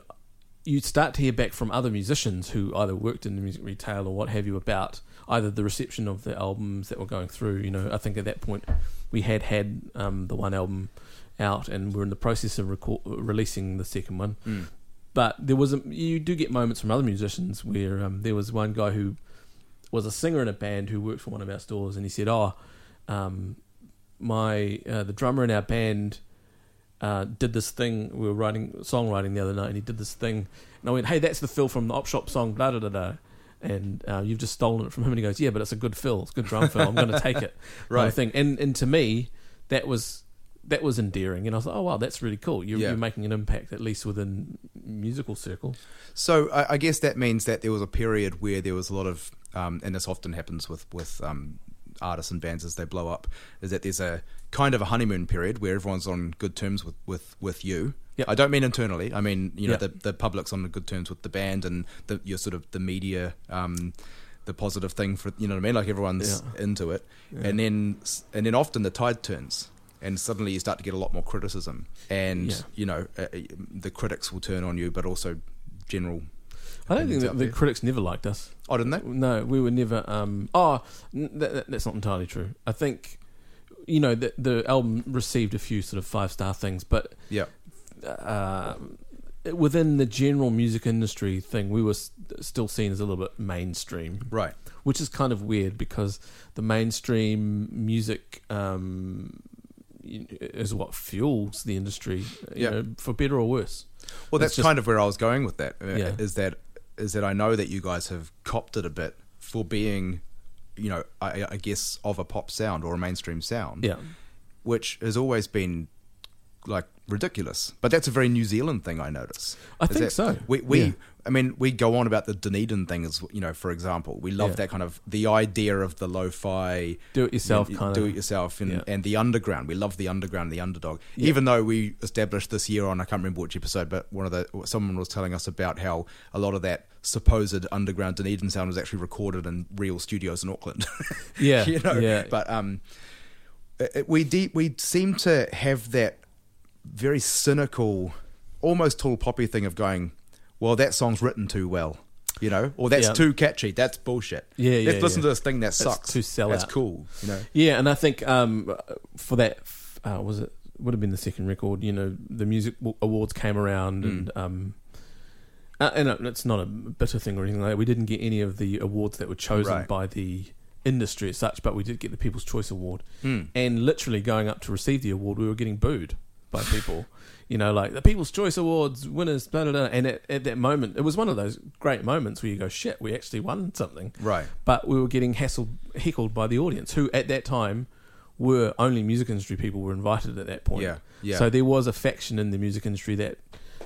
you'd start to hear back from other musicians who either worked in the music retail or what have you about either the reception of the albums that were going through. You know, I think at that point we had had um, the one album out and we're in the process of record- releasing the second one. Mm. But there was a, you do get moments from other musicians where um, there was one guy who was a singer in a band who worked for one of our stores, and he said, "Oh, um, my uh, the drummer in our band." uh, did this thing. We were writing songwriting the other night, and he did this thing. And I went, "Hey, that's the fill from the Op Shop song." Da da da da. And uh, you've just stolen it from him. And he goes, "Yeah, but it's a good fill. It's a good drum fill. I'm going to take it." kind Right. of thing. And and to me, that was that was endearing. And I was like, "Oh wow, that's really cool. You're, Yeah. you're making an impact at least within musical circle." So I, I guess that means that there was a period where there was a lot of, um, and this often happens with with um, artists and bands as they blow up, is that there's a kind of a honeymoon period where everyone's on good terms with with with you. Yep. I don't mean internally. I mean you know Yeah. the the public's on good terms with the band and the your sort of the media. Um, the positive thing for you know what I mean, like everyone's into it, and then s- and then often the tide turns, and suddenly you start to get a lot more criticism, and Yeah. you know uh, uh, the critics will turn on you, but also general I don't think Opinions that out the Eh? there. critics never liked us. Oh, didn't they? No, we were never. Um, oh, n- that, that- that's not entirely true. I think, you know, the, the album received a few sort of five star things, but Yeah. uh, within the general music industry thing, we were s- still seen as a little bit mainstream, Right. which is kind of weird because the mainstream music um, y- is what fuels the industry, you Yeah. know, for better or worse. Well, It's that's just- kind of where I was going with that. uh, Yeah. Is that is that I know that you guys have copped it a bit for being, you know, I, I guess of a pop sound or a mainstream sound, Yeah. which has always been like ridiculous. But that's a very New Zealand thing I notice. I Is think that so. We, we Yeah. I mean, we go on about the Dunedin thing as you know, for example, we love Yeah. that kind of the idea of the lo-fi Do it yourself you know, kind do of. it yourself and, Yeah. and the underground we love the underground the underdog even though we established this year on i can't remember which episode but one of the someone was telling us about how a lot of that supposed underground dunedin sound was actually recorded in real studios in auckland Yeah, you know yeah. but um it- it- we de- we seem to have that very cynical, almost tall poppy thing of going, well, that song's written too well, you know, or that's Yeah. too catchy, that's bullshit. Yeah, yeah, Let's listen yeah. to this thing that sucks. too sellout. That's cool, you know. Yeah, and I think um, for that, uh, was it would have been the second record. You know, the music w- awards came around, and um, uh, and uh, it's not a bitter thing or anything like that. We didn't get any of the awards that were chosen Right. by the industry as such, but we did get the People's Choice Award. Mm. And literally going up to receive the award, we were getting booed by people. you know, like the People's Choice Awards winners, blah blah blah. And at, at that moment, it was one of those great moments where you go, "Shit, we actually won something." Right. but we were getting hassled, heckled by the audience, who at that time were only music industry people were invited at that point. Yeah, yeah. So there was a faction in the music industry that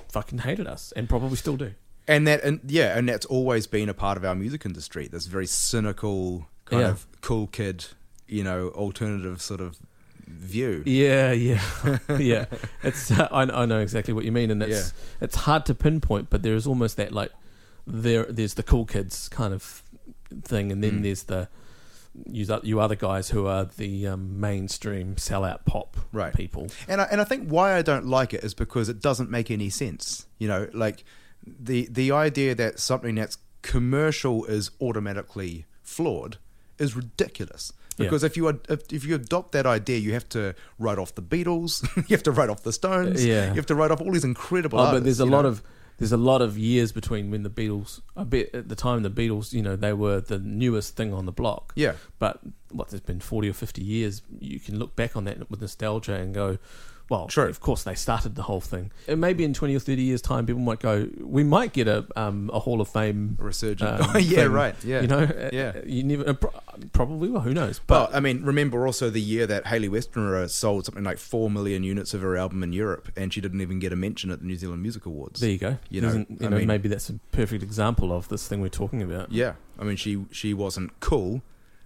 fucking hated us and probably still do. And that, and yeah, and that's always been a part of our music industry. This very cynical, kind Yeah. of cool kid, you know, alternative sort of view. Yeah, yeah, yeah. It's uh, I, I know exactly what you mean, and it's it's hard to pinpoint, but there is almost that like there there's the cool kids kind of thing, and Mm. then there's the you you other guys who are the um, mainstream sellout pop Right. people. And I, and I think why I don't like it is because it doesn't make any sense. You know, like the the idea that something that's commercial is automatically flawed is ridiculous. Yeah. Because if you ad- if, if you adopt that idea, you have to write off the Beatles, you have to write off the Stones, Yeah. you have to write off all these incredible. Oh, artists, but there's a you lot know. of there's a lot of years between when the Beatles. I bet at the time the Beatles, you know, they were the newest thing on the block. yeah, But what there's been forty or fifty years, you can look back on that with nostalgia and go, well, True. of course they started the whole thing. And maybe in twenty or thirty years time, people might go, we might get a um, a Hall of Fame. a resurgent. Oh, um, yeah, thing, right. Yeah, You know, Uh, Yeah. You never pro- probably well, who knows? Well, But I mean, remember also the year that Haley Westenra sold something like four million units of her album in Europe, and she didn't even get a mention at the New Zealand Music Awards. there you go. you know, Isn't- I mean- maybe that's a perfect example of this thing we're talking about. Yeah, I mean, she she wasn't cool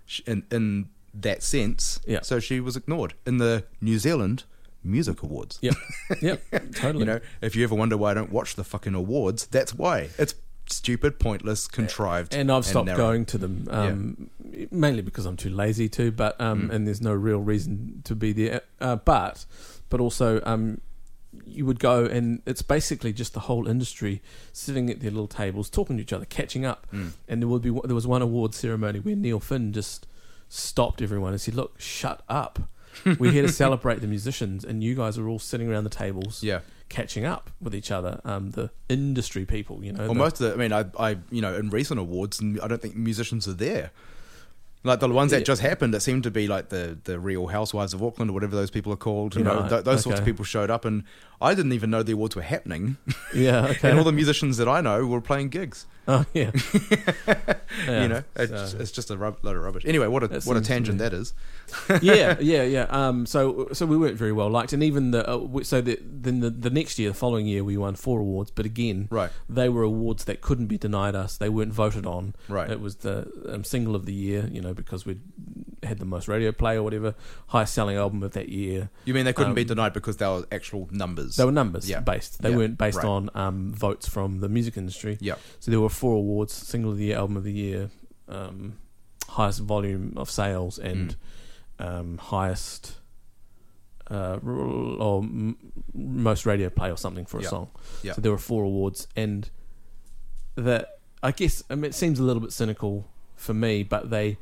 sh- in in that sense. Yeah. so she was ignored in the New Zealand Music Awards. Yep, yep, totally. You know, if you ever wonder why I don't watch the fucking awards, that's why. It's stupid, pointless, contrived, and I've stopped narrow. going to them um, mainly because I'm too lazy to. But um, Mm. and there's no real reason to be there. Uh, but but also um, you would go and it's basically just the whole industry sitting at their little tables talking to each other, catching up. Mm. And there would be one- there was one award ceremony where Neil Finn just stopped everyone and said, "Look, shut up." We're here to celebrate the musicians, and you guys are all sitting around the tables, Yeah. catching up with each other. Um, the industry people, you know, Well, the- most of the, I mean, I, I, you know, in recent awards, and I don't think musicians are there. Like the ones Yeah. that just happened, it seemed to be like the the Real Housewives of Auckland or whatever those people are called. You know, Right, th- those sorts of okay. people showed up, and I didn't even know the awards were happening. yeah, okay. and all the musicians that I know were playing gigs. Oh yeah. Yeah, you know, it's, so- it's just a rub- load of rubbish. Anyway, what a That what a seems to tangent me- that is. yeah, yeah, yeah. Um, so so we weren't very well liked, and even the uh, w- so the, then the the next year, the following year, we won four awards, but again, Right. they were awards that couldn't be denied us. They weren't voted on. Right. It was the um, single of the year, you know, because we had the most radio play or whatever, highest selling album of that year. You mean they couldn't be Um, denied because they were actual numbers? They were numbers Yeah. based. They Yeah. weren't based Right. on um, votes from the music industry. yeah, So there were four awards: single of the year, album of the year, um, highest volume of sales, and Mm. um, highest uh, r- or m- most radio play or something for a Yeah. song. Yeah. So there were four awards, and that I guess I mean, it seems a little bit cynical for me, but they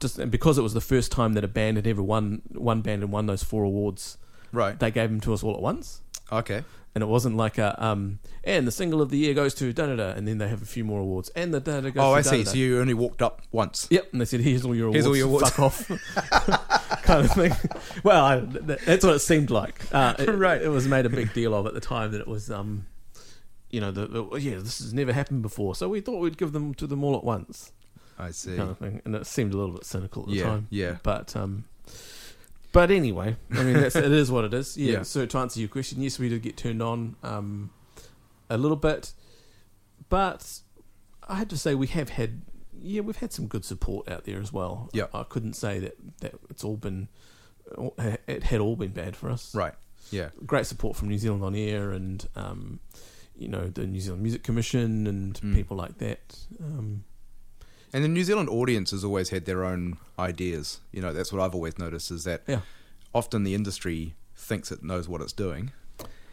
just and because it was the first time that a band had ever won one band and won those four awards, right. they gave them to us all at once Okay, and it wasn't like a um and the single of the year goes to da da da and then they have a few more awards and the da da goes Oh, to I see. da-da-da. So you only walked up once. Yep, and they said, "Here's all your awards. Here's all your awards." Fuck off," kind of thing. Well, I, th- that's what it seemed like. Uh, it, Right. It was made a big deal of at the time that it was um, you know, the, the yeah, this has never happened before. So we thought we'd give them to them all at once, I see. kind of thing. And it seemed a little bit cynical at the Yeah, time. yeah. But um, but anyway, I mean, that's, it is what it is. Yeah, Yeah. So to answer your question, yes, we did get turned on um, a little bit, but I had to say we have had yeah we've had some good support out there as well. Yeah. I couldn't say that that it's all been uh, it had all been bad for us Right. Yeah. great support from New Zealand on air and um, you know the New Zealand Music Commission and Mm. people like that. Um, And the New Zealand audience has always had their own ideas. You know, that's what I've always noticed is that Yeah. often the industry thinks it knows what it's doing.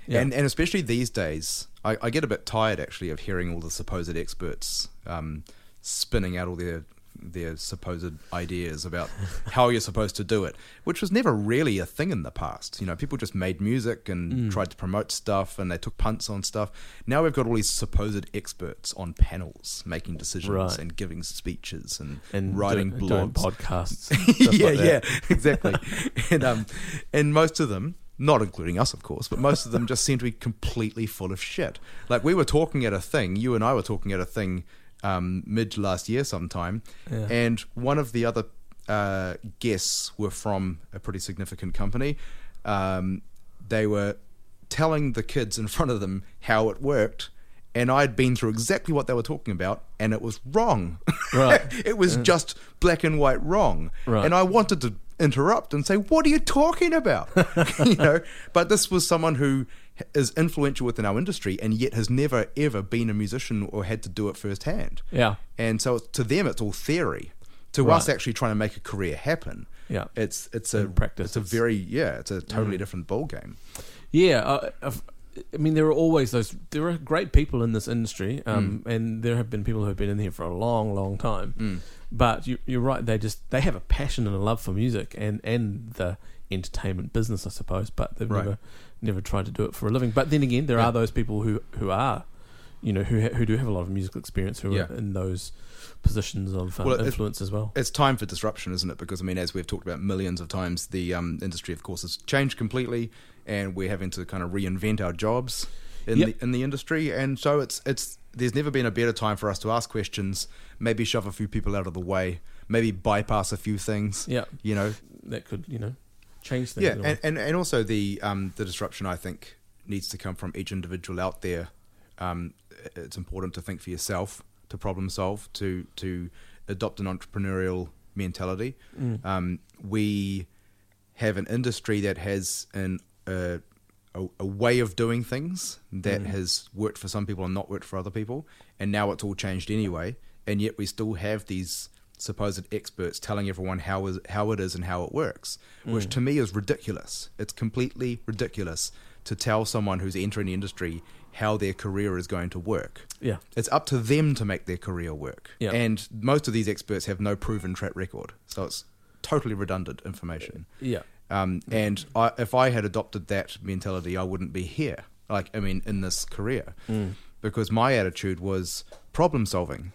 yeah, And, and especially these days, I, I get a bit tired actually of hearing all the supposed experts um, spinning out all their their supposed ideas about how you're supposed to do it, which was never really a thing in the past. You know, people just made music and Mm. tried to promote stuff and they took punts on stuff. Now we've got all these supposed experts on panels making decisions Right. and giving speeches and, and writing doing, doing blogs podcasts. and stuff yeah, like that. yeah, exactly. and um, and most of them, not including us, of course, but most of them just seem to be completely full of shit. Like we were talking at a thing, you and I were talking at a thing um, mid last year sometime, Yeah. and one of the other uh, guests were from a pretty significant company. Um, they were telling the kids in front of them how it worked. And I'd been through exactly what they were talking about, and it was wrong. Right. it was just black and white wrong. Right. And I wanted to interrupt and say, "What are you talking about?" you know, but this was someone who is influential within our industry and yet has never ever been a musician or had to do it firsthand. Yeah. And so to them, it's all theory. To us, Right. actually trying to make a career happen, Yeah. it's it's a practice, It's a it's- Mm. very yeah, it's a totally different ball game. Yeah, I, I've, I mean, there are always those. There are great people in this industry, um, Mm. and there have been people who have been in here for a long, long time. But you, you're right; they just they have a passion and a love for music and and the entertainment business, I suppose. But they've Right. never never tried to do it for a living. But then again, there Yeah. are those people who who are. You know who ha- who do have a lot of musical experience who Yeah. are in those positions of um, Well, it- influence as well. it's time for disruption, isn't it? Because I mean, as we've talked about millions of times, the um, industry, of course, has changed completely, and we're having to kind of reinvent our jobs in Yep. the in the industry. And so it's it's there's never been a better time for us to ask questions, maybe shove a few people out of the way, maybe bypass a few things. Yeah, You know, that could you know change things. yeah, in a way. and, and and also the um, the disruption I think needs to come from each individual out there. Um, it's important to think for yourself, to problem solve, to to adopt an entrepreneurial mentality. Um, we have an industry that has an uh, a, a way of doing things that has worked for some people and not worked for other people, and now it's all changed anyway. And yet we still have these supposed experts telling everyone how is how it is and how it works, which to me is ridiculous. It's completely ridiculous to tell someone who's entering the industry how their career is going to work. yeah, It's up to them to make their career work. Yeah. And most of these experts have no proven track record. So it's totally redundant information. yeah, Um, and I, if I had adopted that mentality, I wouldn't be here. Like, I mean, in this career, because my attitude was problem solving.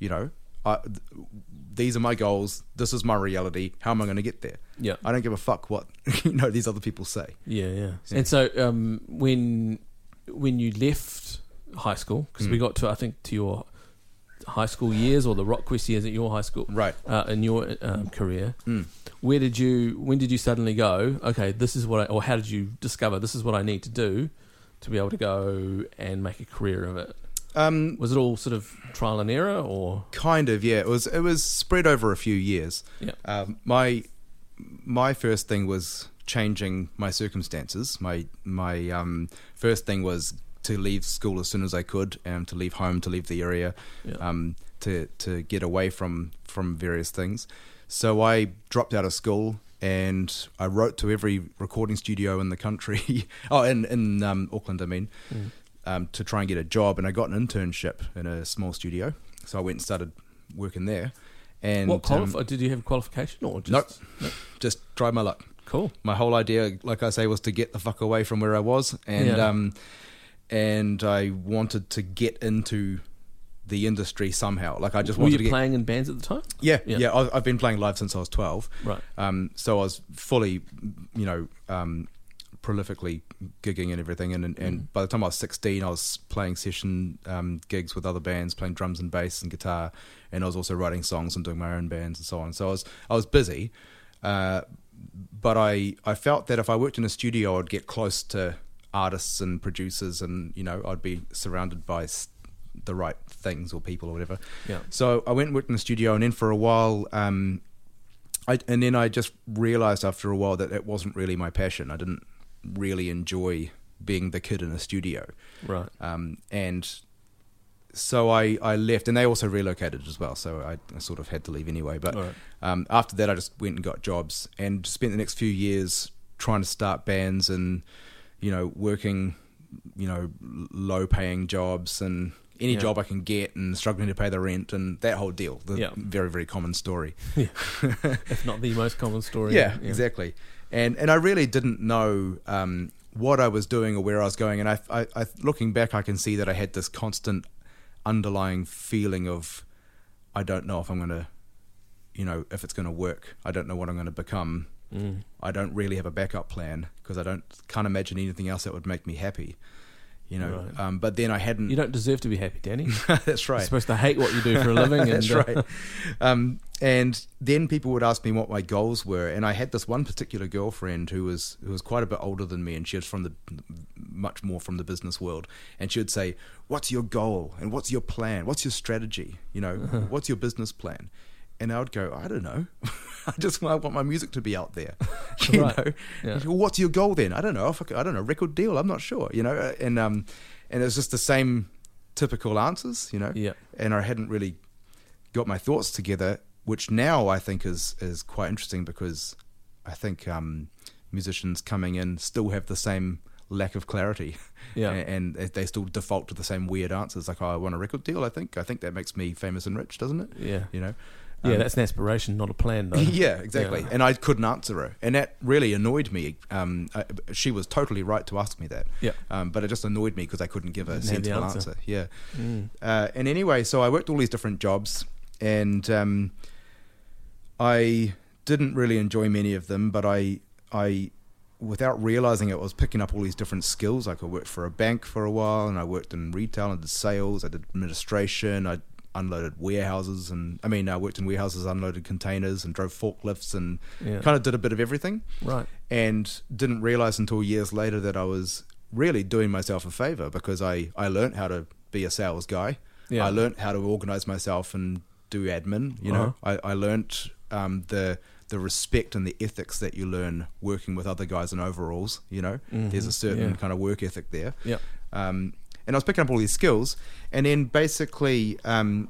You know, I, th- these are my goals. This is my reality. How am I going to get there? Yeah. I don't give a fuck what you know these other people say. Yeah, yeah. Yeah. And so um, when when you left high school, because Mm. we got to I think to your high school years or the Rockquest years at your high school, Right. Mm. Uh, in your um, career, where did you? When did you suddenly go? Okay, this is what I. Or how did you discover this is what I need to do to be able to go and make a career of it? Um, Was it all sort of trial and error, or kind of. Yeah. It was. It was spread over a few years. yeah, Um, my my first thing was changing my circumstances. My my um, first thing was to leave school as soon as I could, and to leave home, to leave the area, Yeah. um, to to get away from from various things. So I dropped out of school and I wrote to every recording studio in the country. oh, in in um, Auckland, I mean. Mm. Um, to try and get a job, and I got an internship in a small studio. So I went and started working there. And what um, qualif- did you have qualification or just No. just try my luck. cool? My whole idea, like I say, was to get the fuck away from where I was, and Yeah. um, and I wanted to get into the industry somehow. Like I just Were wanted you to get. playing in bands at the time? yeah, Yeah. yeah, yeah. I- I've been playing live since I was twelve. Right. Um, so I was fully, you know, um, prolifically gigging and everything. And and, Mm. and by the time I was sixteen, I was playing session um, gigs with other bands, playing drums and bass and guitar, and I was also writing songs and doing my own bands and so on. So I was I was busy, uh, but I I felt that if I worked in a studio, I'd get close to artists and producers, and you know I'd be surrounded by s- the right things or people or whatever. Yeah. So I went and worked in the studio, and then for a while, um, I, and then I just realized after a while that it wasn't really my passion. I didn't really enjoy being the kid in a studio. Right. Um, and so I, I left, and they also relocated as well. So I, I sort of had to leave anyway. But All right. um, after that, I just went and got jobs and spent the next few years trying to start bands and, you know, working, you know, low paying jobs and any Yeah. job I can get and struggling to pay the rent and that whole deal. The Yeah. very, very common story. If not the most common story. Yeah, exactly. And and I really didn't know um, what I was doing or where I was going. And I, I, I, looking back, I can see that I had this constant underlying feeling of I don't know if I'm going to, you know, if it's going to work. I don't know what I'm going to become. Mm. I don't really have a backup plan because I don't can't imagine anything else that would make me happy. You know, Right. um, but then I hadn't. You don't deserve to be happy, Danny. that's right. You're supposed to hate what you do for a living. That's and, uh, right. Um, and then people would ask me what my goals were, and I had this one particular girlfriend who was who was quite a bit older than me, and she was from the much more from the business world, and she would say, "What's your goal? And what's your plan? What's your strategy? You know, what's your business plan?" And I would go, "I don't know. I just want, I want my music to be out there, you Right. know." Yeah. And she, well, what's your goal then? I don't know. If I, could- I don't know. Record deal? I'm not sure. You know, and um, and it was just the same typical answers. You know Yeah. and I hadn't really got my thoughts together, which now I think is is quite interesting because I think um, musicians coming in still have the same lack of clarity, Yeah. and, and they still default to the same weird answers like, "Oh, I want a record deal." I think I think that makes me famous and rich, doesn't it? Yeah. You know, Yeah, Um, that's an aspiration, not a plan, though. yeah, exactly. Yeah. And I couldn't answer her, and that really annoyed me. Um, I, she was totally right to ask me that. Yeah. Um, but it just annoyed me because I couldn't give a Didn't have the sensible answer. answer. Yeah. Mm. Uh, and anyway, so I worked all these different jobs, and um, I didn't really enjoy many of them. But I, I, without realizing it, was picking up all these different skills. Like I worked for a bank for a while, and I worked in retail and did sales. I did administration. I unloaded warehouses, and I mean, I worked in warehouses, unloaded containers, and drove forklifts, and Yeah. kind of did a bit of everything Right. and didn't realize until years later that I was really doing myself a favor because I, I learned how to be a sales guy. Yeah. I learned how to organize myself and do admin. You know, Uh-huh. I, I learned um, the the respect and the ethics that you learn working with other guys in overalls. You know, there's a certain Mm-hmm. yeah. kind of work ethic there. Yeah. Um, and I was picking up all these skills, and then basically, um,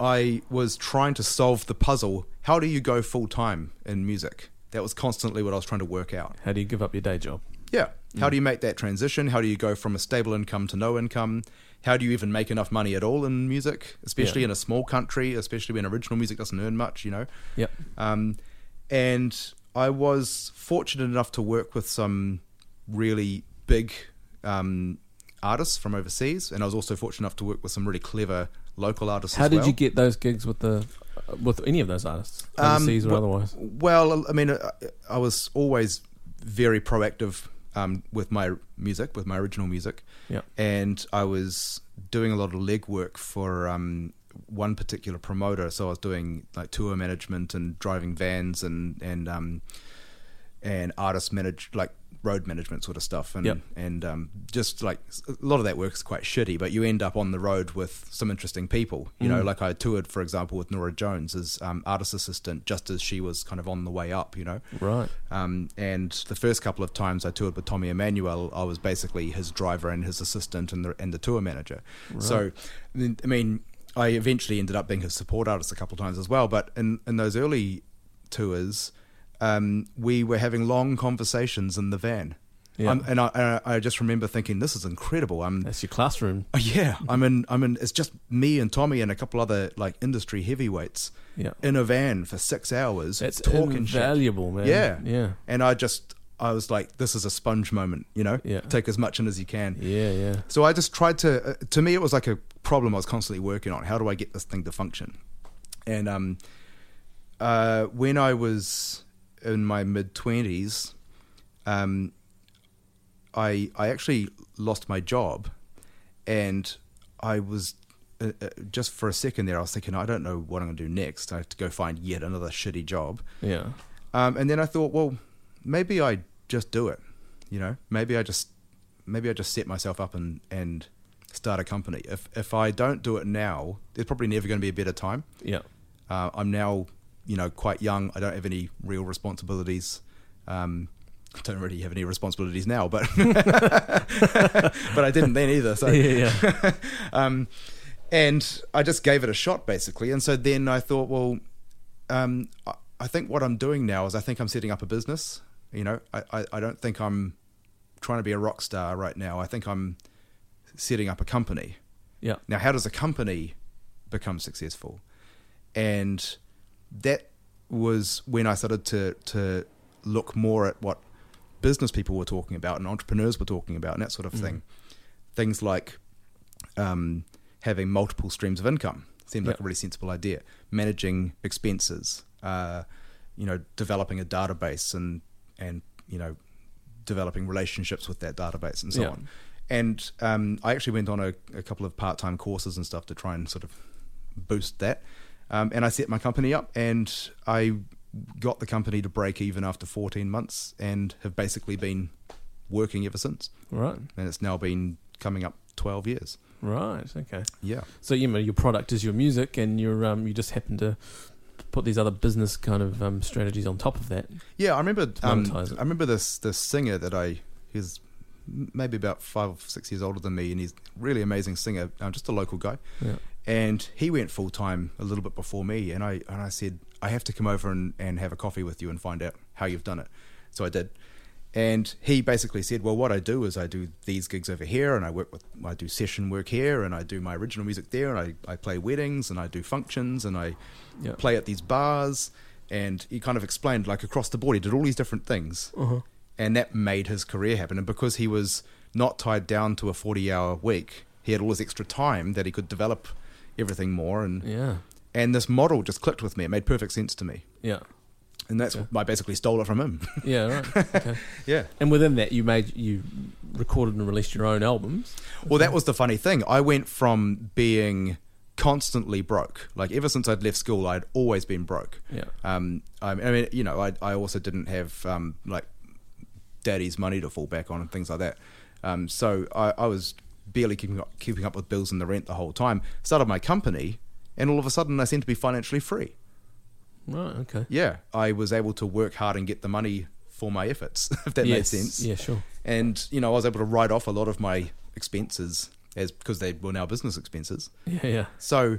I was trying to solve the puzzle. How do you go full time in music? That was constantly what I was trying to work out. How do you give up your day job? Yeah. How do you make that transition? How do you go from a stable income to no income? How do you even make enough money at all in music, especially Yeah. in a small country, especially when original music doesn't earn much, you know? Yep. Um, and I was fortunate enough to work with some really big um, artists from overseas, and I was also fortunate enough to work with some really clever local artists. How as did well. you get those gigs with the uh, with any of those artists, Um, overseas or wh- otherwise? Well, I mean, I, I was always very proactive um, with my music, with my original music. Yeah. And I was doing a lot of legwork for um, one particular promoter. So I was doing like tour management and driving vans and and um, and artist manage like road management sort of stuff and Yep. and um, just like a lot of that work is quite shitty but you end up on the road with some interesting people you know like i toured for example with nora jones as um, artist assistant just as she was kind of on the way up you know Right. um, and the first couple of times I toured with Tommy Emmanuel, I was basically his driver and his assistant and the and the tour manager. So, I mean, I eventually ended up being his support artist a couple of times as well. But in in those early tours, um, we were having long conversations in the van. Yeah. Um, and I, and I I just remember thinking, this is incredible. I'm oh, That's your classroom. yeah, I'm in. I'm in. It's just me and Tommy and a couple other like industry heavyweights Yeah. in a van for six hours. That's talking shit. invaluable, man. Yeah. Yeah. And I just, I was like, this is a sponge moment, you know? Yeah. Take as much in as you can. Yeah. Yeah. So I just tried to, uh, to me, it was like a problem I was constantly working on. How do I get this thing to function? And um, uh, when I was in my mid 20s, um, I I actually lost my job, and I was uh, uh, just for a second there. I was thinking, I don't know what I'm going to do next. I have to go find yet another shitty job. Yeah. Um, and then I thought, well, maybe I just do it. You know, maybe I just maybe I just set myself up and and start a company. If if I don't do it now, there's probably never going to be a better time. Yeah. Uh, I'm now, you know, quite young. I don't have any real responsibilities. Um, I don't really have any responsibilities now, but but I didn't then either. So Yeah. Yeah. um, and I just gave it a shot basically. And so then I thought, well, um, I, I think what I'm doing now is I think I'm setting up a business. You know, I, I, I don't think I'm trying to be a rock star right now. I think I'm setting up a company. Yeah. Now, how does a company become successful? And that was when I started to to look more at what business people were talking about and entrepreneurs were talking about and that sort of Mm. thing. Things like um, having multiple streams of income seemed like Yeah. a really sensible idea. Managing expenses, uh, you know, developing a database and and you know, developing relationships with that database and so Yeah. on. And um, I actually went on a, a couple of part time courses and stuff to try and sort of boost that. Um, and I set my company up and I got the company to break even after 14 months and have basically been working ever since. Right. And it's now been coming up 12 years. Right. Okay. Yeah. So you know your product is your music, and your um you just happen to put these other business kind of um, strategies on top of that. Yeah, I remember. Um, monetize it. I remember this this singer that I he's maybe about five or six years older than me, and he's a really amazing singer. Um, just a local guy, Yeah. and he went full time a little bit before me. And I and I said I have to come over and, and have a coffee with you and find out how you've done it. So I did. And he basically said, "Well, what I do is I do these gigs over here, and I work with, I do session work here, and I do my original music there, and I, I play weddings, and I do functions, and I Yeah. play at these bars and he kind of explained like across the board he did all these different things and that made his career happen and because he was not tied down to a 40 hour week he had all this extra time that he could develop everything more and Yeah. and this model just clicked with me it made perfect sense to me Yeah. and that's Yeah. why i basically stole it from him Yeah. Right. Okay. yeah and within that, you made you recorded and released your own albums. Well, that was the funny thing. I went from being constantly broke, like ever since I'd left school, I'd always been broke. Yeah. Um, I I mean, you know, I, I also didn't have um, like daddy's money to fall back on and things like that. Um, so I, I was barely keeping up, keeping up with bills and the rent the whole time. Started my company, and all of a sudden, I seemed to be financially free. Right. Okay. Yeah, I was able to work hard and get the money for my efforts, if that yes. made sense Yeah. Sure. and you know I was able to write off a lot of my expenses as because they were now business expenses. Yeah. Yeah. So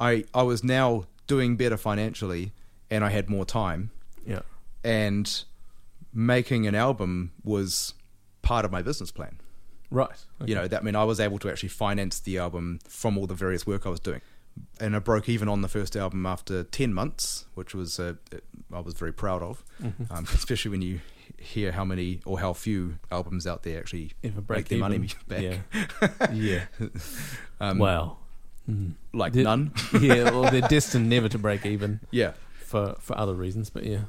I I was now doing better financially, and I had more time, Yeah. and making an album was part of my business plan. Right. Okay. You know that I mean I was able to actually finance the album from all the various work I was doing. And I broke even on the first album after ten months, which was uh, I was very proud of, Mm-hmm. um, especially when you hear how many or how few albums out there actually If a break break their money even. back. Yeah. yeah. Um, wow. Mm. like Did- none. yeah. Well, they're destined never to break even Yeah, for for other reasons, but yeah.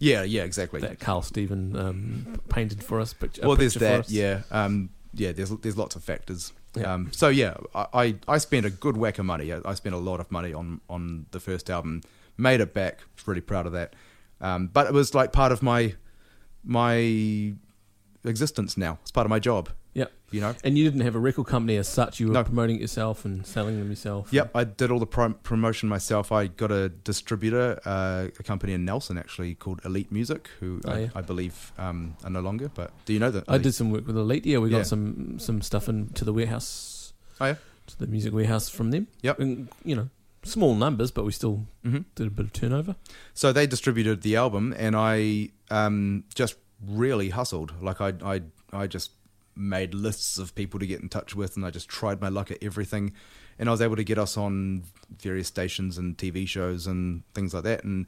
yeah, yeah, exactly. that Carl Steven um, painted for us. Picture, well, there's picture for that. us. Yeah, um, yeah. There's there's lots of factors. Yeah. Um, so yeah, I, I I spent a good whack of money. I, I spent a lot of money on on the first album. Made it back. Really proud of that. Um, but it was like part of my my existence now. It's part of my job. Yep. You know. And you didn't have a record company as such. You were No. promoting it yourself and selling them yourself. Yep, I did all the prom- promotion myself. I got a distributor, uh, a company in Nelson actually called Elite Music, who Oh, I, yeah. I believe um, are no longer. But do you know that? I did some work with Elite. Yeah, we got Yeah. some some stuff into the warehouse. Oh, yeah? To the music warehouse from them. Yep. And, you know, small numbers, but we still hmm did a bit of turnover. So they distributed the album, and I um, just really hustled. Like I, I, I just made lists of people to get in touch with, and I just tried my luck at everything. And I was able to get us on various stations and TV shows and things like that. And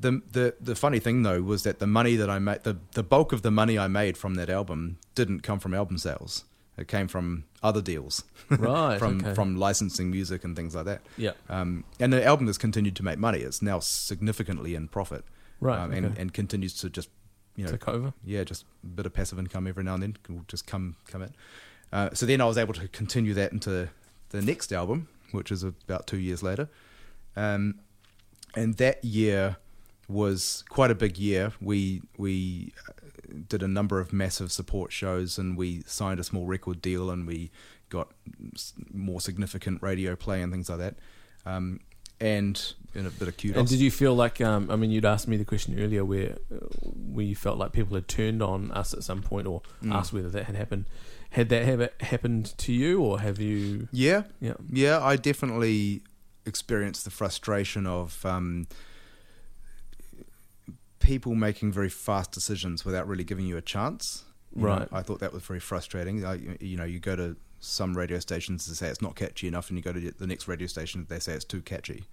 the the the funny thing though was that the money that I made, the the bulk of the money I made from that album didn't come from album sales. It came from other deals, Right. from okay. from licensing music and things like that. Yeah. Um, and the album has continued to make money. It's now significantly in profit, Right, um, and, okay. and continues to just you know, took over. yeah, just a bit of passive income every now and then will just come come in. Uh, so then I was able to continue that into the next album, which is about two years later. Um, and that year was quite a big year. We we uh, did a number of massive support shows, and we signed a small record deal, and we got s- more significant radio play and things like that. Um, and, and a bit of kudos. And did you feel like, um, I mean, you'd asked me the question earlier where, uh, where you felt like people had turned on us at some point or Mm. asked whether that had happened. Had that have happened to you or have you, yeah, yeah, Yeah, I definitely experienced the frustration of um, people making very fast decisions without really giving you a chance. You know, Right. I thought that was very frustrating. I, you know, you go to some radio stations to say it's not catchy enough, and you go to the next radio station they say it's too catchy.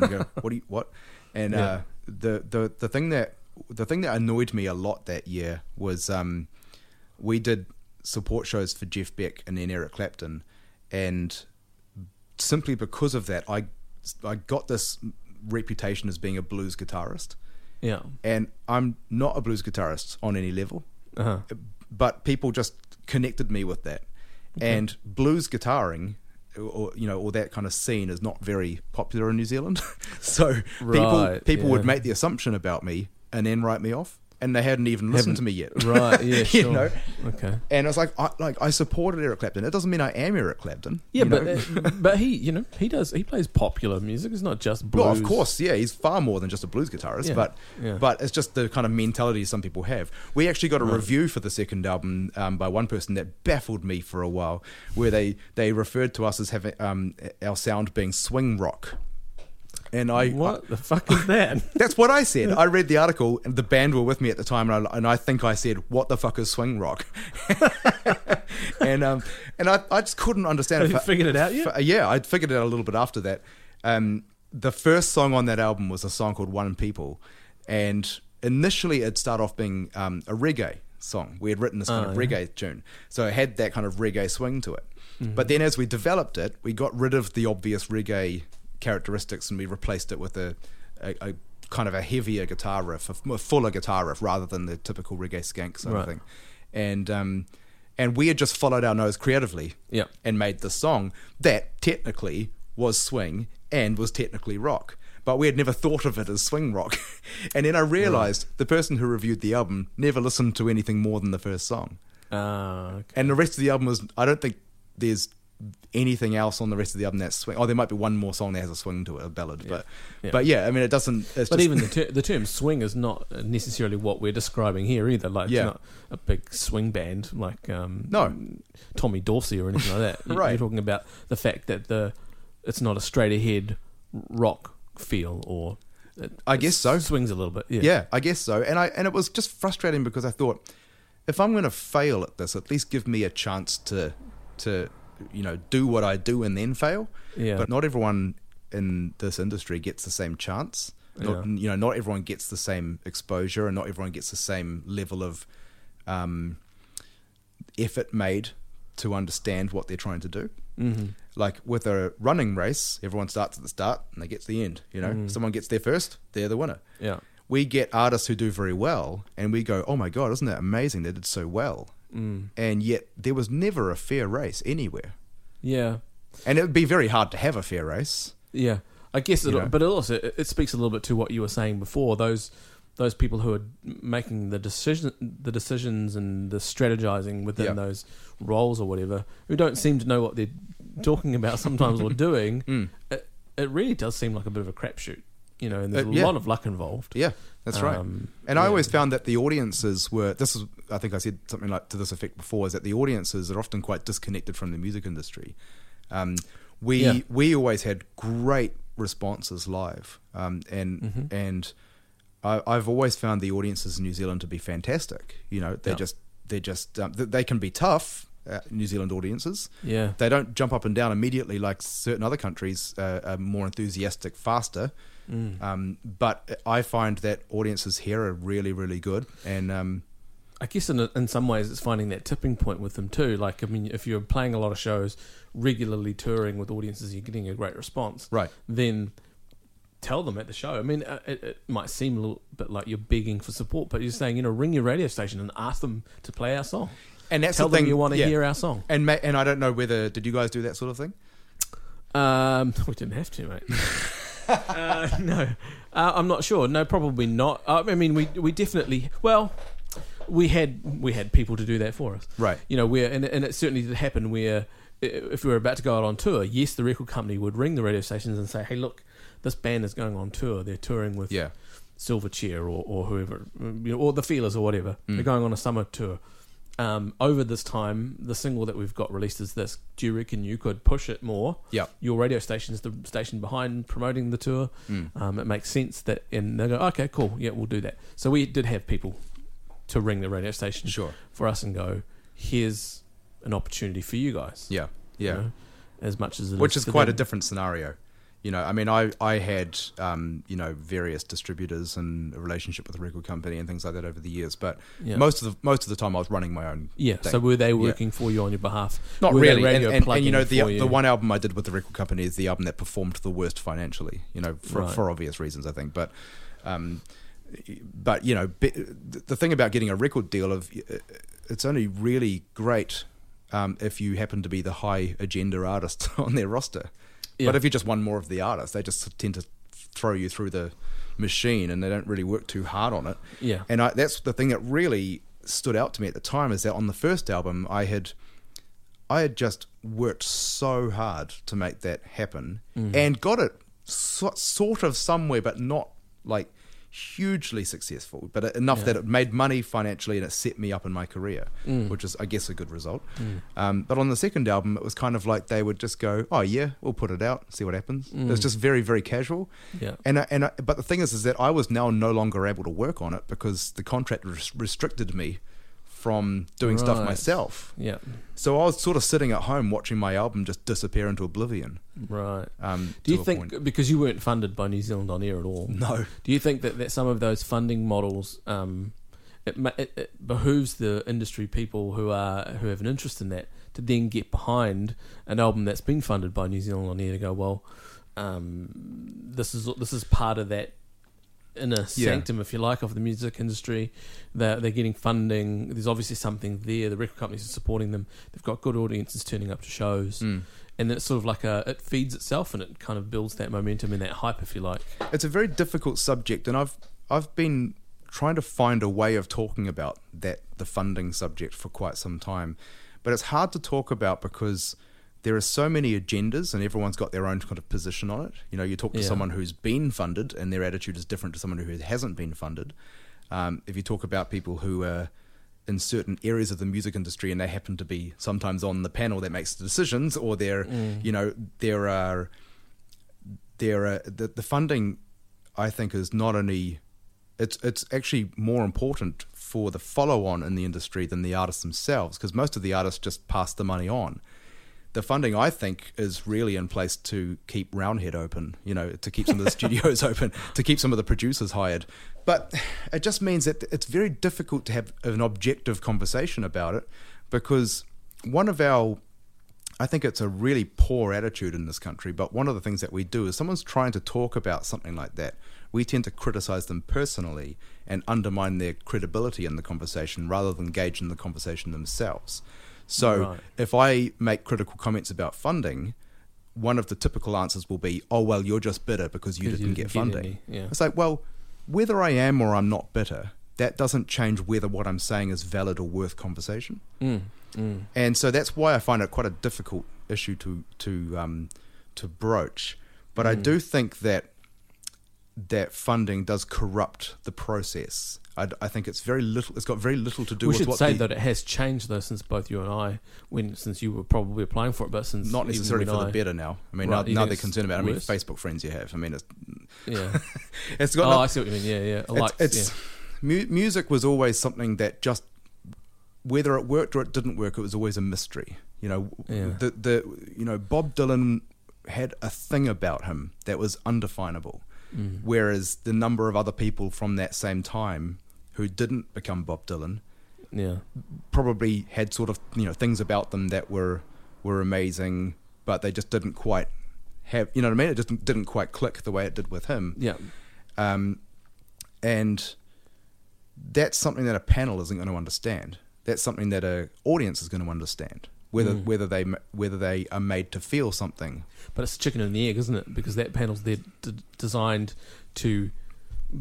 And you go, what do you what? And Yeah. uh, the the the thing that the thing that annoyed me a lot that year was um, we did support shows for Jeff Beck and then Eric Clapton, and simply because of that, I I got this reputation as being a blues guitarist, yeah, and I'm not a blues guitarist on any level, uh-huh. but people just connected me with that, and blues guitaring. Or you know, or that kind of scene is not very popular in New Zealand, so people Right, people would yeah. make the assumption about me and then write me off, and they hadn't even listened to me yet. right, yeah, You sure. know? Okay. And I was like, I, like I supported Eric Clapton. It doesn't mean I am Eric Clapton. Yeah, you but know? uh, but he, you know, he does. He plays popular music. It's not just blues. Well, of course, yeah, he's far more than just a blues guitarist, Yeah, but yeah. but it's just the kind of mentality some people have. We actually got a review for the second album um, by one person that baffled me for a while, where they they referred to us as having um, our sound being swing rock, and I What the fuck is that? that's what I said. I read the article, and the band were with me at the time, and I, and I think I said, "What the fuck is swing rock?" and um, and I, I just couldn't understand. Have if you I- figured it out yet? f- yeah, I figured it out a little bit after that. Um, the first song on that album was a song called One People. And initially, it'd start off being um, a reggae song. We had written this kind Oh, of reggae tune. So it had that kind of reggae swing to it. Mm-hmm. But then as we developed it, we got rid of the obvious reggae characteristics and we replaced it with a, a, a kind of a heavier guitar riff, a f- a fuller guitar riff, rather than the typical reggae skank sort Right. of thing. And, um, and we had just followed our nose creatively Yeah. and made the song that technically was swing and was technically rock. But we had never thought of it as swing rock. and then I realized the person who reviewed the album never listened to anything more than the first song. Ah, okay. And the rest of the album was, I don't think there's anything else on the rest of the album that's swing. Oh, there might be one more song that has a swing to it, a ballad. But, Yeah. but yeah, I mean, it doesn't. It's But just, even the, ter- the term swing is not necessarily what we're describing here either. Like, Yeah. it's not a big swing band like um, No. Tommy Dorsey or anything like that. You- Right. You're talking about the fact that the it's not a straight ahead rock feel or. It, I it guess so. Swings a little bit. Yeah. yeah, I guess so. And I and it was just frustrating because I thought if I'm going to fail at this, at least give me a chance to to you know do what I do and then fail. Yeah. But not everyone in this industry gets the same chance. Not, Yeah. You know, not everyone gets the same exposure, and not everyone gets the same level of um, effort made to understand what they're trying to do. Mm-hmm. Like with a running race, everyone starts at the start and they get to the end. You know, Mm. someone gets there first, they're the winner Yeah. we get artists who do very well and we go, oh my God, isn't that amazing? They did so well. Mm. And yet there was never a fair race anywhere. Yeah. And it would be very hard to have a fair race. Yeah, I guess, it, You know? but it also it it speaks a little bit to what you were saying before. Those those people who are making the decision, the decisions, and the strategizing within Yeah. those roles or whatever, who don't seem to know what they're talking about sometimes or doing. Hmm. It, it really does seem like a bit of a crapshoot, you know. And there's Uh, a yeah. lot of luck involved. Yeah, that's right. Um, and I always found that the audiences were, this is, I think I said something like to this effect before, is that the audiences are often quite disconnected from the music industry. Um, we, Yeah. we always had great responses live. Um, and, Mm-hmm. and, I, I've always found the audiences in New Zealand to be fantastic. You know, they're Yeah. just they're just um, th- they can be tough. Uh, New Zealand audiences, Yeah. they don't jump up and down immediately like certain other countries uh, are more enthusiastic faster. Mm. Um, but I find that audiences here are really really good, and um, I guess in in some ways it's finding that tipping point with them too. Like I mean, if you're playing a lot of shows regularly, touring with audiences, you're getting a great response. Right. Then tell them at the show. I mean, uh, it, it might seem a little bit like you're begging for support, but you're saying, you know, ring your radio station and ask them to play our song. And that's tell the thing them you want to yeah. hear our song. And ma- and I don't know whether did you guys do that sort of thing? Um, we didn't have to, mate. uh, no, uh, I'm not sure. No, probably not. Uh, I mean, we we definitely well, we had we had people to do that for us, Right. You know, where and and it certainly did happen where i- if we were about to go out on tour, yes, the record company would ring the radio stations and say, "Hey, look, this band is going on tour. They're touring with Yeah. Silverchair or, or whoever, you know, or the Feelers or whatever. Mm. They're going on a summer tour. Um, over this time, the single that we've got released is this. Do you reckon you could push it more? Yeah. Your radio station's the station behind promoting the tour. Mm. Um, it makes sense that, and they go, okay, cool, yeah, we'll do that. So we did have people to ring the radio station Sure. for us and go, here's an opportunity for you guys. Yeah. Yeah. You know, as much as it Which is for quite a them. different scenario. You know, I mean, I I had um, you know various distributors and a relationship with a record company and things like that over the years, but Yeah. most of the most of the time I was running my own. Yeah, thing. so were they working for you on your behalf? not Were they really. And, radio and, and you plugging know, the for you? the one album I did with the record company is the album that performed the worst financially. You know, for Right. for obvious reasons, I think. But, um, but you know, be, the the thing about getting a record deal of uh, it's only really great um, if you happen to be the high agenda artist on their roster. Yeah. But if you're just one more of the artists, they just tend to throw you through the machine, and they don't really work too hard on it. Yeah. And I, that's the thing that really stood out to me at the time is that on the first album, I had I had just worked so hard to make that happen Mm-hmm. and got it so, sort of somewhere, but not like hugely successful, but enough that it made money financially and it set me up in my career, Mm. which is, I guess, a good result. Um, but on the second album, it was kind of like they would just go, "Oh yeah, we'll put it out, see what happens." It was just very, very casual. Mm. Yeah. And I, and I, but the thing is, is that I was now no longer able to work on it because the contract res- restricted me from doing stuff Right. myself. Yeah, So I was sort of sitting at home watching my album just disappear into oblivion. right. Um, Do to you a think point. because you weren't funded by New Zealand on air at all? No. Do you think that, that some of those funding models, um, it, ma- it, it behooves the industry people who are who have an interest in that to then get behind an album that's been funded by New Zealand on air to go, well, um, this is this is part of that inner sanctum, if you like, of the music industry. They're, they're getting funding. There's obviously something there. The record companies are supporting them. They've got good audiences turning up to shows. And it's sort of like a, it feeds itself and it kind of builds that momentum and that hype, if you like. it's a very difficult subject, and I've I've been trying to find a way of talking about that the funding subject for quite some time, but it's hard to talk about because there are so many agendas, and everyone's got their own kind of position on it. You know, you talk to Yeah. someone who's been funded, and their attitude is different to someone who hasn't been funded. Um, if you talk about people who are in certain areas of the music industry and they happen to be sometimes on the panel that makes the decisions or they're you know there are there are the, the funding I think is not only it's it's actually more important for the follow on in the industry than the artists themselves because most of the artists just pass the money on. The funding I think is really in place to keep Roundhead open, you know, to keep some of the studios open, to keep some of the producers hired. But it just means that it's very difficult to have an objective conversation about it because one of our I think it's a really poor attitude in this country. But one of the things that we do is someone's trying to talk about something like that. We tend to criticize them personally and undermine their credibility in the conversation rather than engage in the conversation themselves. So Right. if I make critical comments about funding, one of the typical answers will be, oh, well, you're just bitter because you didn't you get didn't get funding. any, yeah. It's like, well, whether I am or I'm not bitter, that doesn't change whether what I'm saying is valid or worth conversation and so that's why I find it quite a difficult issue to to um, to broach. But Hmm. I do think that that funding does corrupt the process. I, I think it's very little. It's got very little to do we with should what say the, that it has changed though since both you and I, when since you were probably applying for it, but since not even necessarily when for I- the better now. I mean, Right, now, you now think they're it's concerned about. I mean, worse? Facebook friends you have. I mean, it's Yeah. it's got oh, nothing- I see what you mean. Yeah, yeah. I it's, like it's mu- music was always something that just whether it worked or it didn't work, it was always a mystery. You know, Yeah. the the you know Bob Dylan had a thing about him that was undefinable, Mm. whereas the number of other people from that same time who didn't become Bob Dylan yeah. yeah. probably had sort of you know things about them that were were amazing, but they just didn't quite have you know what I mean? It just didn't quite click the way it did with him. Yeah. Um, and that's something that a panel isn't going to understand. That's something that a audience is going to understand. Whether Hmm. whether they ma- whether they are made to feel something. But it's chicken and the egg, isn't it? Because that panel's there d- designed to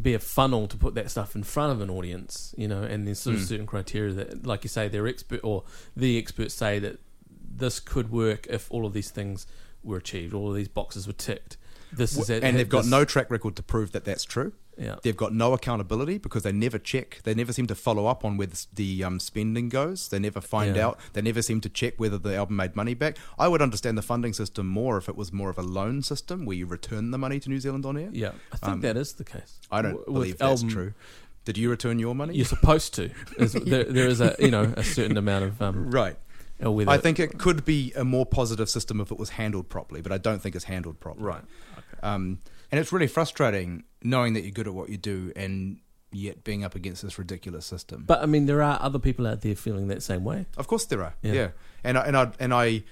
be a funnel to put that stuff in front of an audience, you know, and there's sort Hmm. of certain criteria that, like you say, their expert or the experts say that this could work if all of these things were achieved, all of these boxes were ticked. This is it, and they've got this- no track record to prove that that's true. yeah. They've got no accountability because they never check. They never seem to follow up on where the, the um, spending goes. They never find Yeah. out. They never seem to check whether the album made money back. I would understand the funding system more if it was more of a loan system where you return the money to New Zealand on air. Yeah, I think Um, that is the case. I don't W- with believe that's album- true. Did you return your money? You're supposed to. There's- there, there is a you know a certain amount of um, Right. or whether I think it could be a more positive system if it was handled properly, but I don't think it's handled properly. right. Um, and it's really frustrating knowing that you're good at what you do and yet being up against this ridiculous system. But I mean, there are other people out there feeling that same way. Of course there are. Yeah. Yeah. And I, and I and I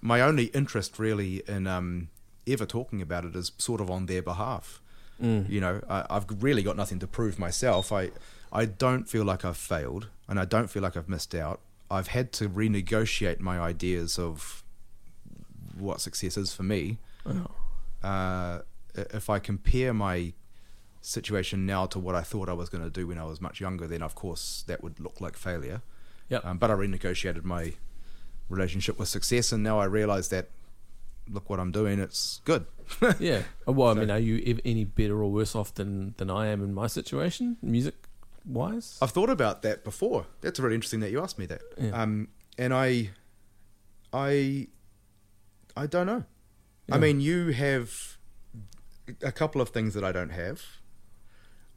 my only interest really in um ever talking about it is sort of on their behalf. Mm. You know, I, I've really got nothing to prove myself. I I don't feel like I've failed and I don't feel like I've missed out. I've had to renegotiate my ideas of what success is for me. Oh. Uh, if I compare my situation now to what I thought I was going to do when I was much younger, then of course that would look like failure. Yep. Um, but I renegotiated my relationship with success, and now I realize that look what I'm doing, it's good. Yeah. Uh, Well, I mean, are you ev- any better or worse off than than I am in my situation, music wise? I've thought about that before. That's really interesting that you asked me that. Yeah. Um, and I, I, I don't know. Yeah. I mean, you have a couple of things that I don't have.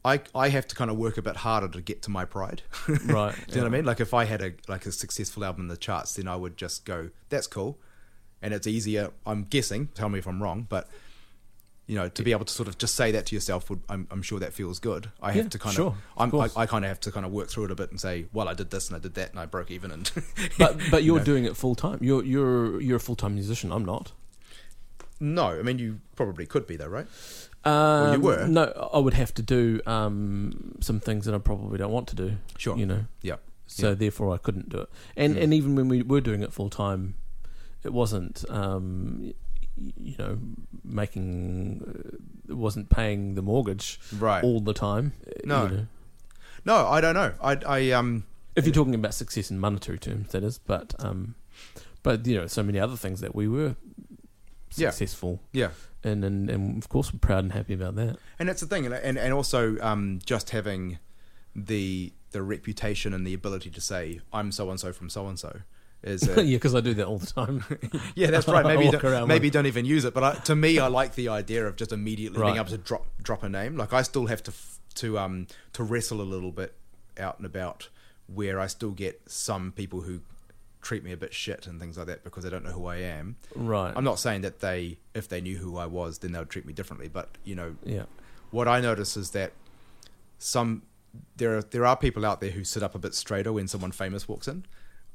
I, I have to kind of work a bit harder to get to my pride. Right. Do you know what I mean? Like if I had a like a successful album in the charts, then I would just go, "That's cool," and it's easier. I'm guessing. Tell me if I'm wrong, but you know, to be able to sort of just say that to yourself, would I'm, I'm sure that feels good. I have Yeah, to kind sure, of, of I'm, I, course. I kind of have to kind of work through it a bit and say, "Well, I did this and I did that and I broke even." And But but you you're know. doing it full time. You're you're you're a full time musician. I'm not. no, I mean, you probably could be though, right? Um, you were. No, I would have to do um, some things that I probably don't want to do. Sure. You know. Yeah. Mm. So therefore, I couldn't do it. And and even when we were doing it full time, it wasn't. Um, y- you know, making uh, it wasn't paying the mortgage Right. all the time. uh, No. you know. No, I don't know. I, I um, if you're talking about success in monetary terms, that is. But um, but you know, so many other things that we were Yeah. successful yeah. and, and and of course we're proud and happy about that. and that's the thing, and and, and also um, just having the the reputation and the ability to say I'm so and so from so and so is Yeah, a, because I do that all the time. yeah, that's right. Maybe I you walk around don't, maybe you don't even use it, but I, to me, I like the idea of just immediately Right. being able to drop drop a name. Like I still have to f- to um to wrestle a little bit out and about where I still get some people who treat me a bit shit and things like that because they don't know who I am. right. I'm not saying that they if they knew who I was, then they would treat me differently, but you know, yeah. what I notice is that some there are there are people out there who sit up a bit straighter when someone famous walks in,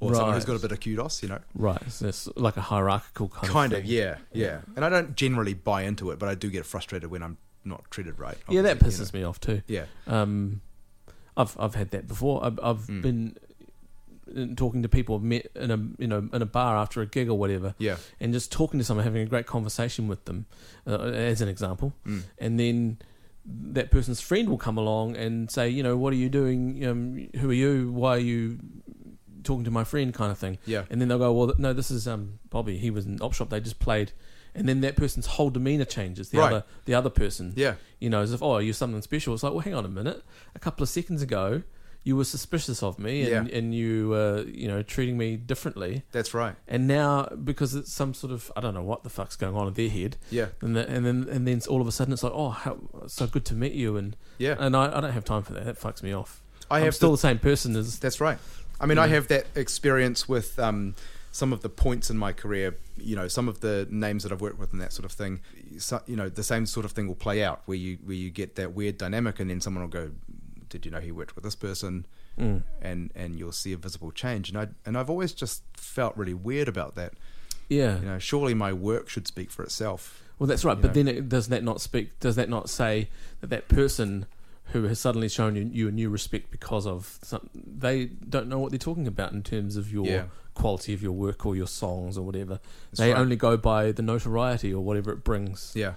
or someone who's Right. got a bit of kudos, you know. Right. So it's like a hierarchical kind, Kind of. of, thing. yeah, yeah. And I don't generally buy into it, but I do get frustrated when I'm not treated right. Yeah, that obviously, pisses me off too. you know. Um, I've I've had that before. I've, I've Mm. been uh, talking to people I've met in a you know in a bar after a gig or whatever, Yeah, and just talking to someone, having a great conversation with them, uh, as an example, yeah. Mm. and then that person's friend will come along and say, you know, what are you doing? Um, who are you? Why are you talking to my friend? Kind of thing. Yeah, And then they'll go, well, th- no, this is um, Bobby. He was in op shop. They just played, and then that person's whole demeanor changes. The Right. other, the other person, yeah, you know, as if, oh, you're something special. It's like, well, hang on a minute. A couple of seconds ago, you were suspicious of me, and, Yeah. and you were, you know, treating me differently. that's right. And now, because it's some sort of, I don't know what the fuck's going on in their head, Yeah, and, the, and then and then all of a sudden it's like, oh, how, so good to meet you, and yeah. and I, I don't have time for that. That fucks me off. I I'm have still the same person as That's right. I mean, I have that experience with um, some of the points in my career. You know, some of the names that I've worked with and that sort of thing. So, you know, the same sort of thing will play out where you where you get that weird dynamic, and then someone will go, "Did you know he worked with this person?" Mm. And and you'll see a visible change. And I and I've always just felt really weird about that. yeah. You know, surely my work should speak for itself. Well, that's right. You But know? then it, does that not speak? Does that not say that that person who has suddenly shown you, you a new respect because of some, they don't know what they're talking about in terms of your Yeah. quality of your work or your songs or whatever. That's they right. only go by the notoriety or whatever it brings. yeah.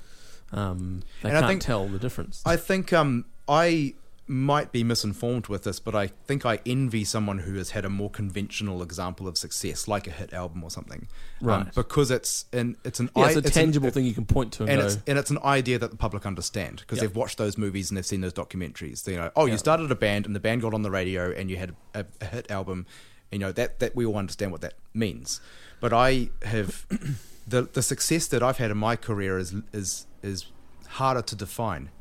Um, they And I can't think- tell the difference. I think um, I might be misinformed with this, but I think I envy someone who has had a more conventional example of success, like a hit album or something, um, Right. because it's an it's an yeah, i- it's a it's an- tangible thing you can point to and, and go, it's and it's an idea that the public understand because Yeah. they've watched those movies and they've seen those documentaries. You know, oh, Yeah. you started a band and the band got on the radio and you had a, a hit album. You know that that we all understand what that means. But I have the the success that I've had in my career is is is harder to define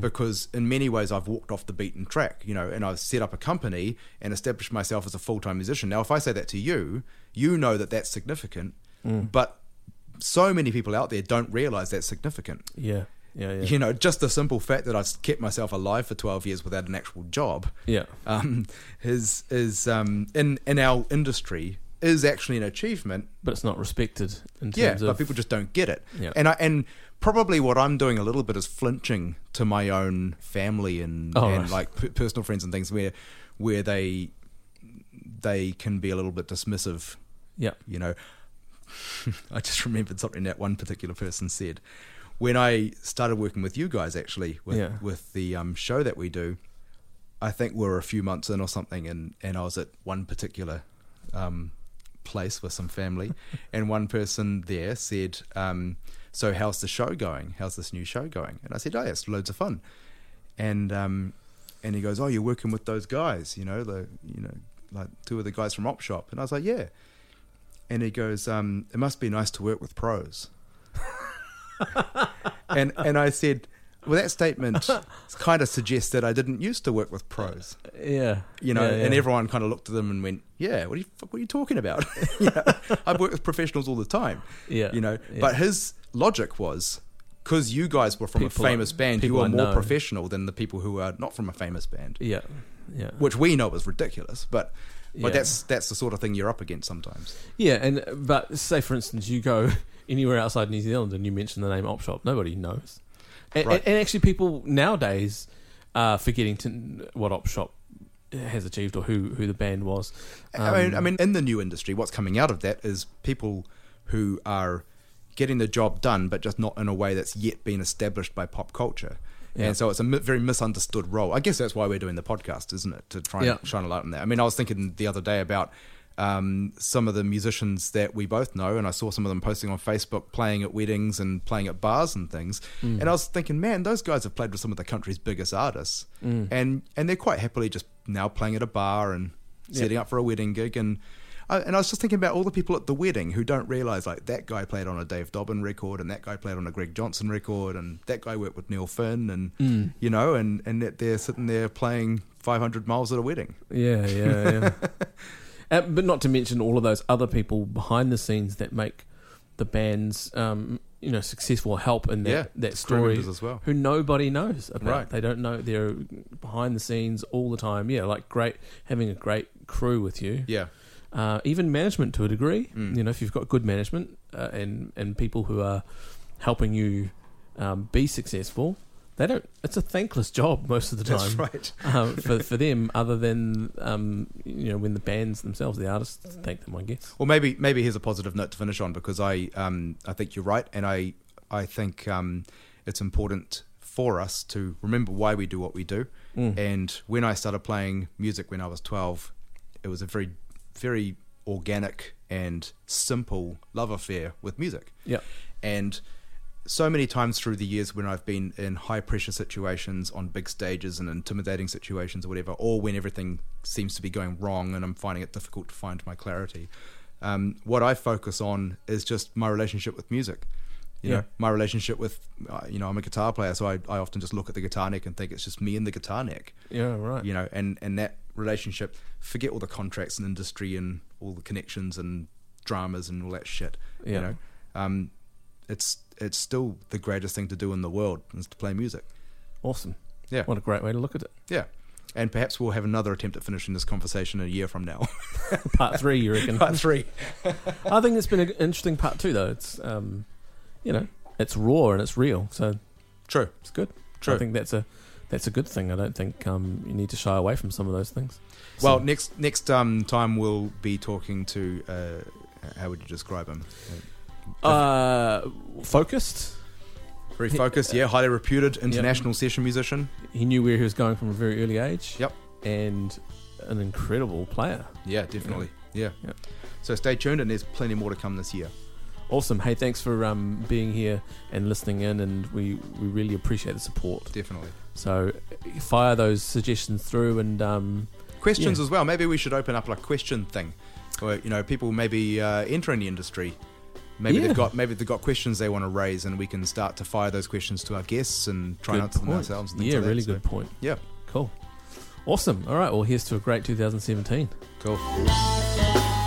because in many ways I've walked off the beaten track. You know, and I've set up a company and established myself as a full time musician. Now, if I say that to you, you know that that's significant, but so many people out there don't realize that's significant. yeah, yeah, yeah, You know, just the simple fact that I've kept myself alive for 12 years without an actual job yeah, um, is, is um, in, in our industry is actually an achievement. but it's not respected in Yeah, terms but of people just don't get it. Yeah. And I, and probably what I'm doing a little bit is flinching to my own family and, Oh, and right. like p- personal friends and things where where they they can be a little bit dismissive yeah, you know, I just remembered something that one particular person said when I started working with you guys. Actually, with Yeah. with the um, show that we do, I think we're a few months in or something, and and I was at one particular um, place with some family, and one person there said, um, "So how's the show going? How's this new show going?" And I said, "Oh, yeah, it's loads of fun," and um, and he goes, "Oh, you're working with those guys, you know, the you know." Like two of the guys from Op Shop, and I was like, "Yeah," and he goes, um, "It must be nice to work with pros." and and I said, "Well, that statement kind of suggests that I didn't used to work with pros, yeah, you know." yeah, yeah. And everyone kind of looked at them and went, "Yeah, what are you fuck, what are you talking about? You know, I've worked with professionals all the time, yeah, you know." yeah. But his logic was. Because you guys were from People a I- famous band, you people are I more know. professional than the people who are not from a famous band, yeah, yeah, which we know is ridiculous. But Yeah. but that's that's the sort of thing you're up against sometimes. Yeah, and uh, but say for instance, you go anywhere outside New Zealand and you mention the name Op Shop, nobody knows. And, Right. and, and actually, people nowadays are forgetting to, what Op Shop has achieved or who, who the band was. I Um, mean, I mean, in the new industry, what's coming out of that is people who are getting the job done, but just not in a way that's yet been established by pop culture. Yeah. And so it's a mi- very misunderstood role. I guess that's why we're doing the podcast, isn't it? To try and Yeah. shine a light on that. I mean, I was thinking the other day about um, some of the musicians that we both know, and I saw some of them posting on Facebook playing at weddings and playing at bars and things. And I was thinking, man, those guys have played with some of the country's biggest artists, and and they're quite happily just now playing at a bar and setting up for a wedding gig and. I, and I was just thinking about all the people at the wedding who don't realize like that guy played on a Dave Dobbin record and that guy played on a Greg Johnson record and that guy worked with Neil Finn and you know and and that they're sitting there playing 500 miles at a wedding. Um, yeah, yeah, yeah. Uh, but not to mention all of those other people behind the scenes that make the band's um, you know successful help in that, Yeah, that Crew story. members as well. who nobody knows about. Right. They don't know they're behind the scenes all the time. Yeah, like great having a great crew with you. Yeah. Uh, even management to a degree. Mm. You know, if you've got good management uh, and and people who are helping you um, be successful, they don't. It's a thankless job most of the time That's right. um, for for them. Other than um, you know when the bands themselves, the artists thank them. I guess. Well, maybe maybe here's a positive note to finish on because I um, I think you're right, and I I think um, it's important for us to remember why we do what we do. Mm. And when I started playing music when I was 12, it was a very very organic and simple love affair with music. Yeah. And so many times through the years when I've been in high pressure situations on big stages and intimidating situations or whatever, or when everything seems to be going wrong and I'm finding it difficult to find my clarity, um, what I focus on is just my relationship with music. You Yeah. know, my relationship with, uh, you know, I'm a guitar player, so I, I often just look at the guitar neck and think it's just me and the guitar neck Yeah. Right. you know and and that relationship forget all the contracts and industry and all the connections and dramas and all that shit Yeah. you know um it's it's still the greatest thing to do in the world is to play music Awesome. yeah What a great way to look at it. yeah and perhaps we'll have another attempt at finishing this conversation a year from now Part three, you reckon? part three I think it's been an interesting part too, though. It's um, you know, it's raw and it's real, so True. it's good. True. I think that's a that's a good thing. I don't think um, you need to shy away from some of those things. Well, So- next next um, time we'll be talking to uh, how would you describe him? uh, focused. Very focused, yeah, highly reputed international session musician. He knew where he was going from a very early age. Yep. and an incredible player. Yeah, definitely. Yeah. Yeah. So stay tuned, and there's plenty more to come this year. Awesome. Hey, thanks for um, being here and listening in, and we, we really appreciate the support. Definitely. So uh, fire those suggestions through, and um, Questions Yeah. as well. Maybe we should open up like question thing, or you know, people maybe uh, entering the industry. Maybe Yeah. they've got maybe they've got questions they want to raise, and we can start to fire those questions to our guests and try and good answer them point. ourselves. And things Yeah, like that. really So, good point. Yeah. Cool. Awesome. All right. Well, here's to a great 2017. Cool.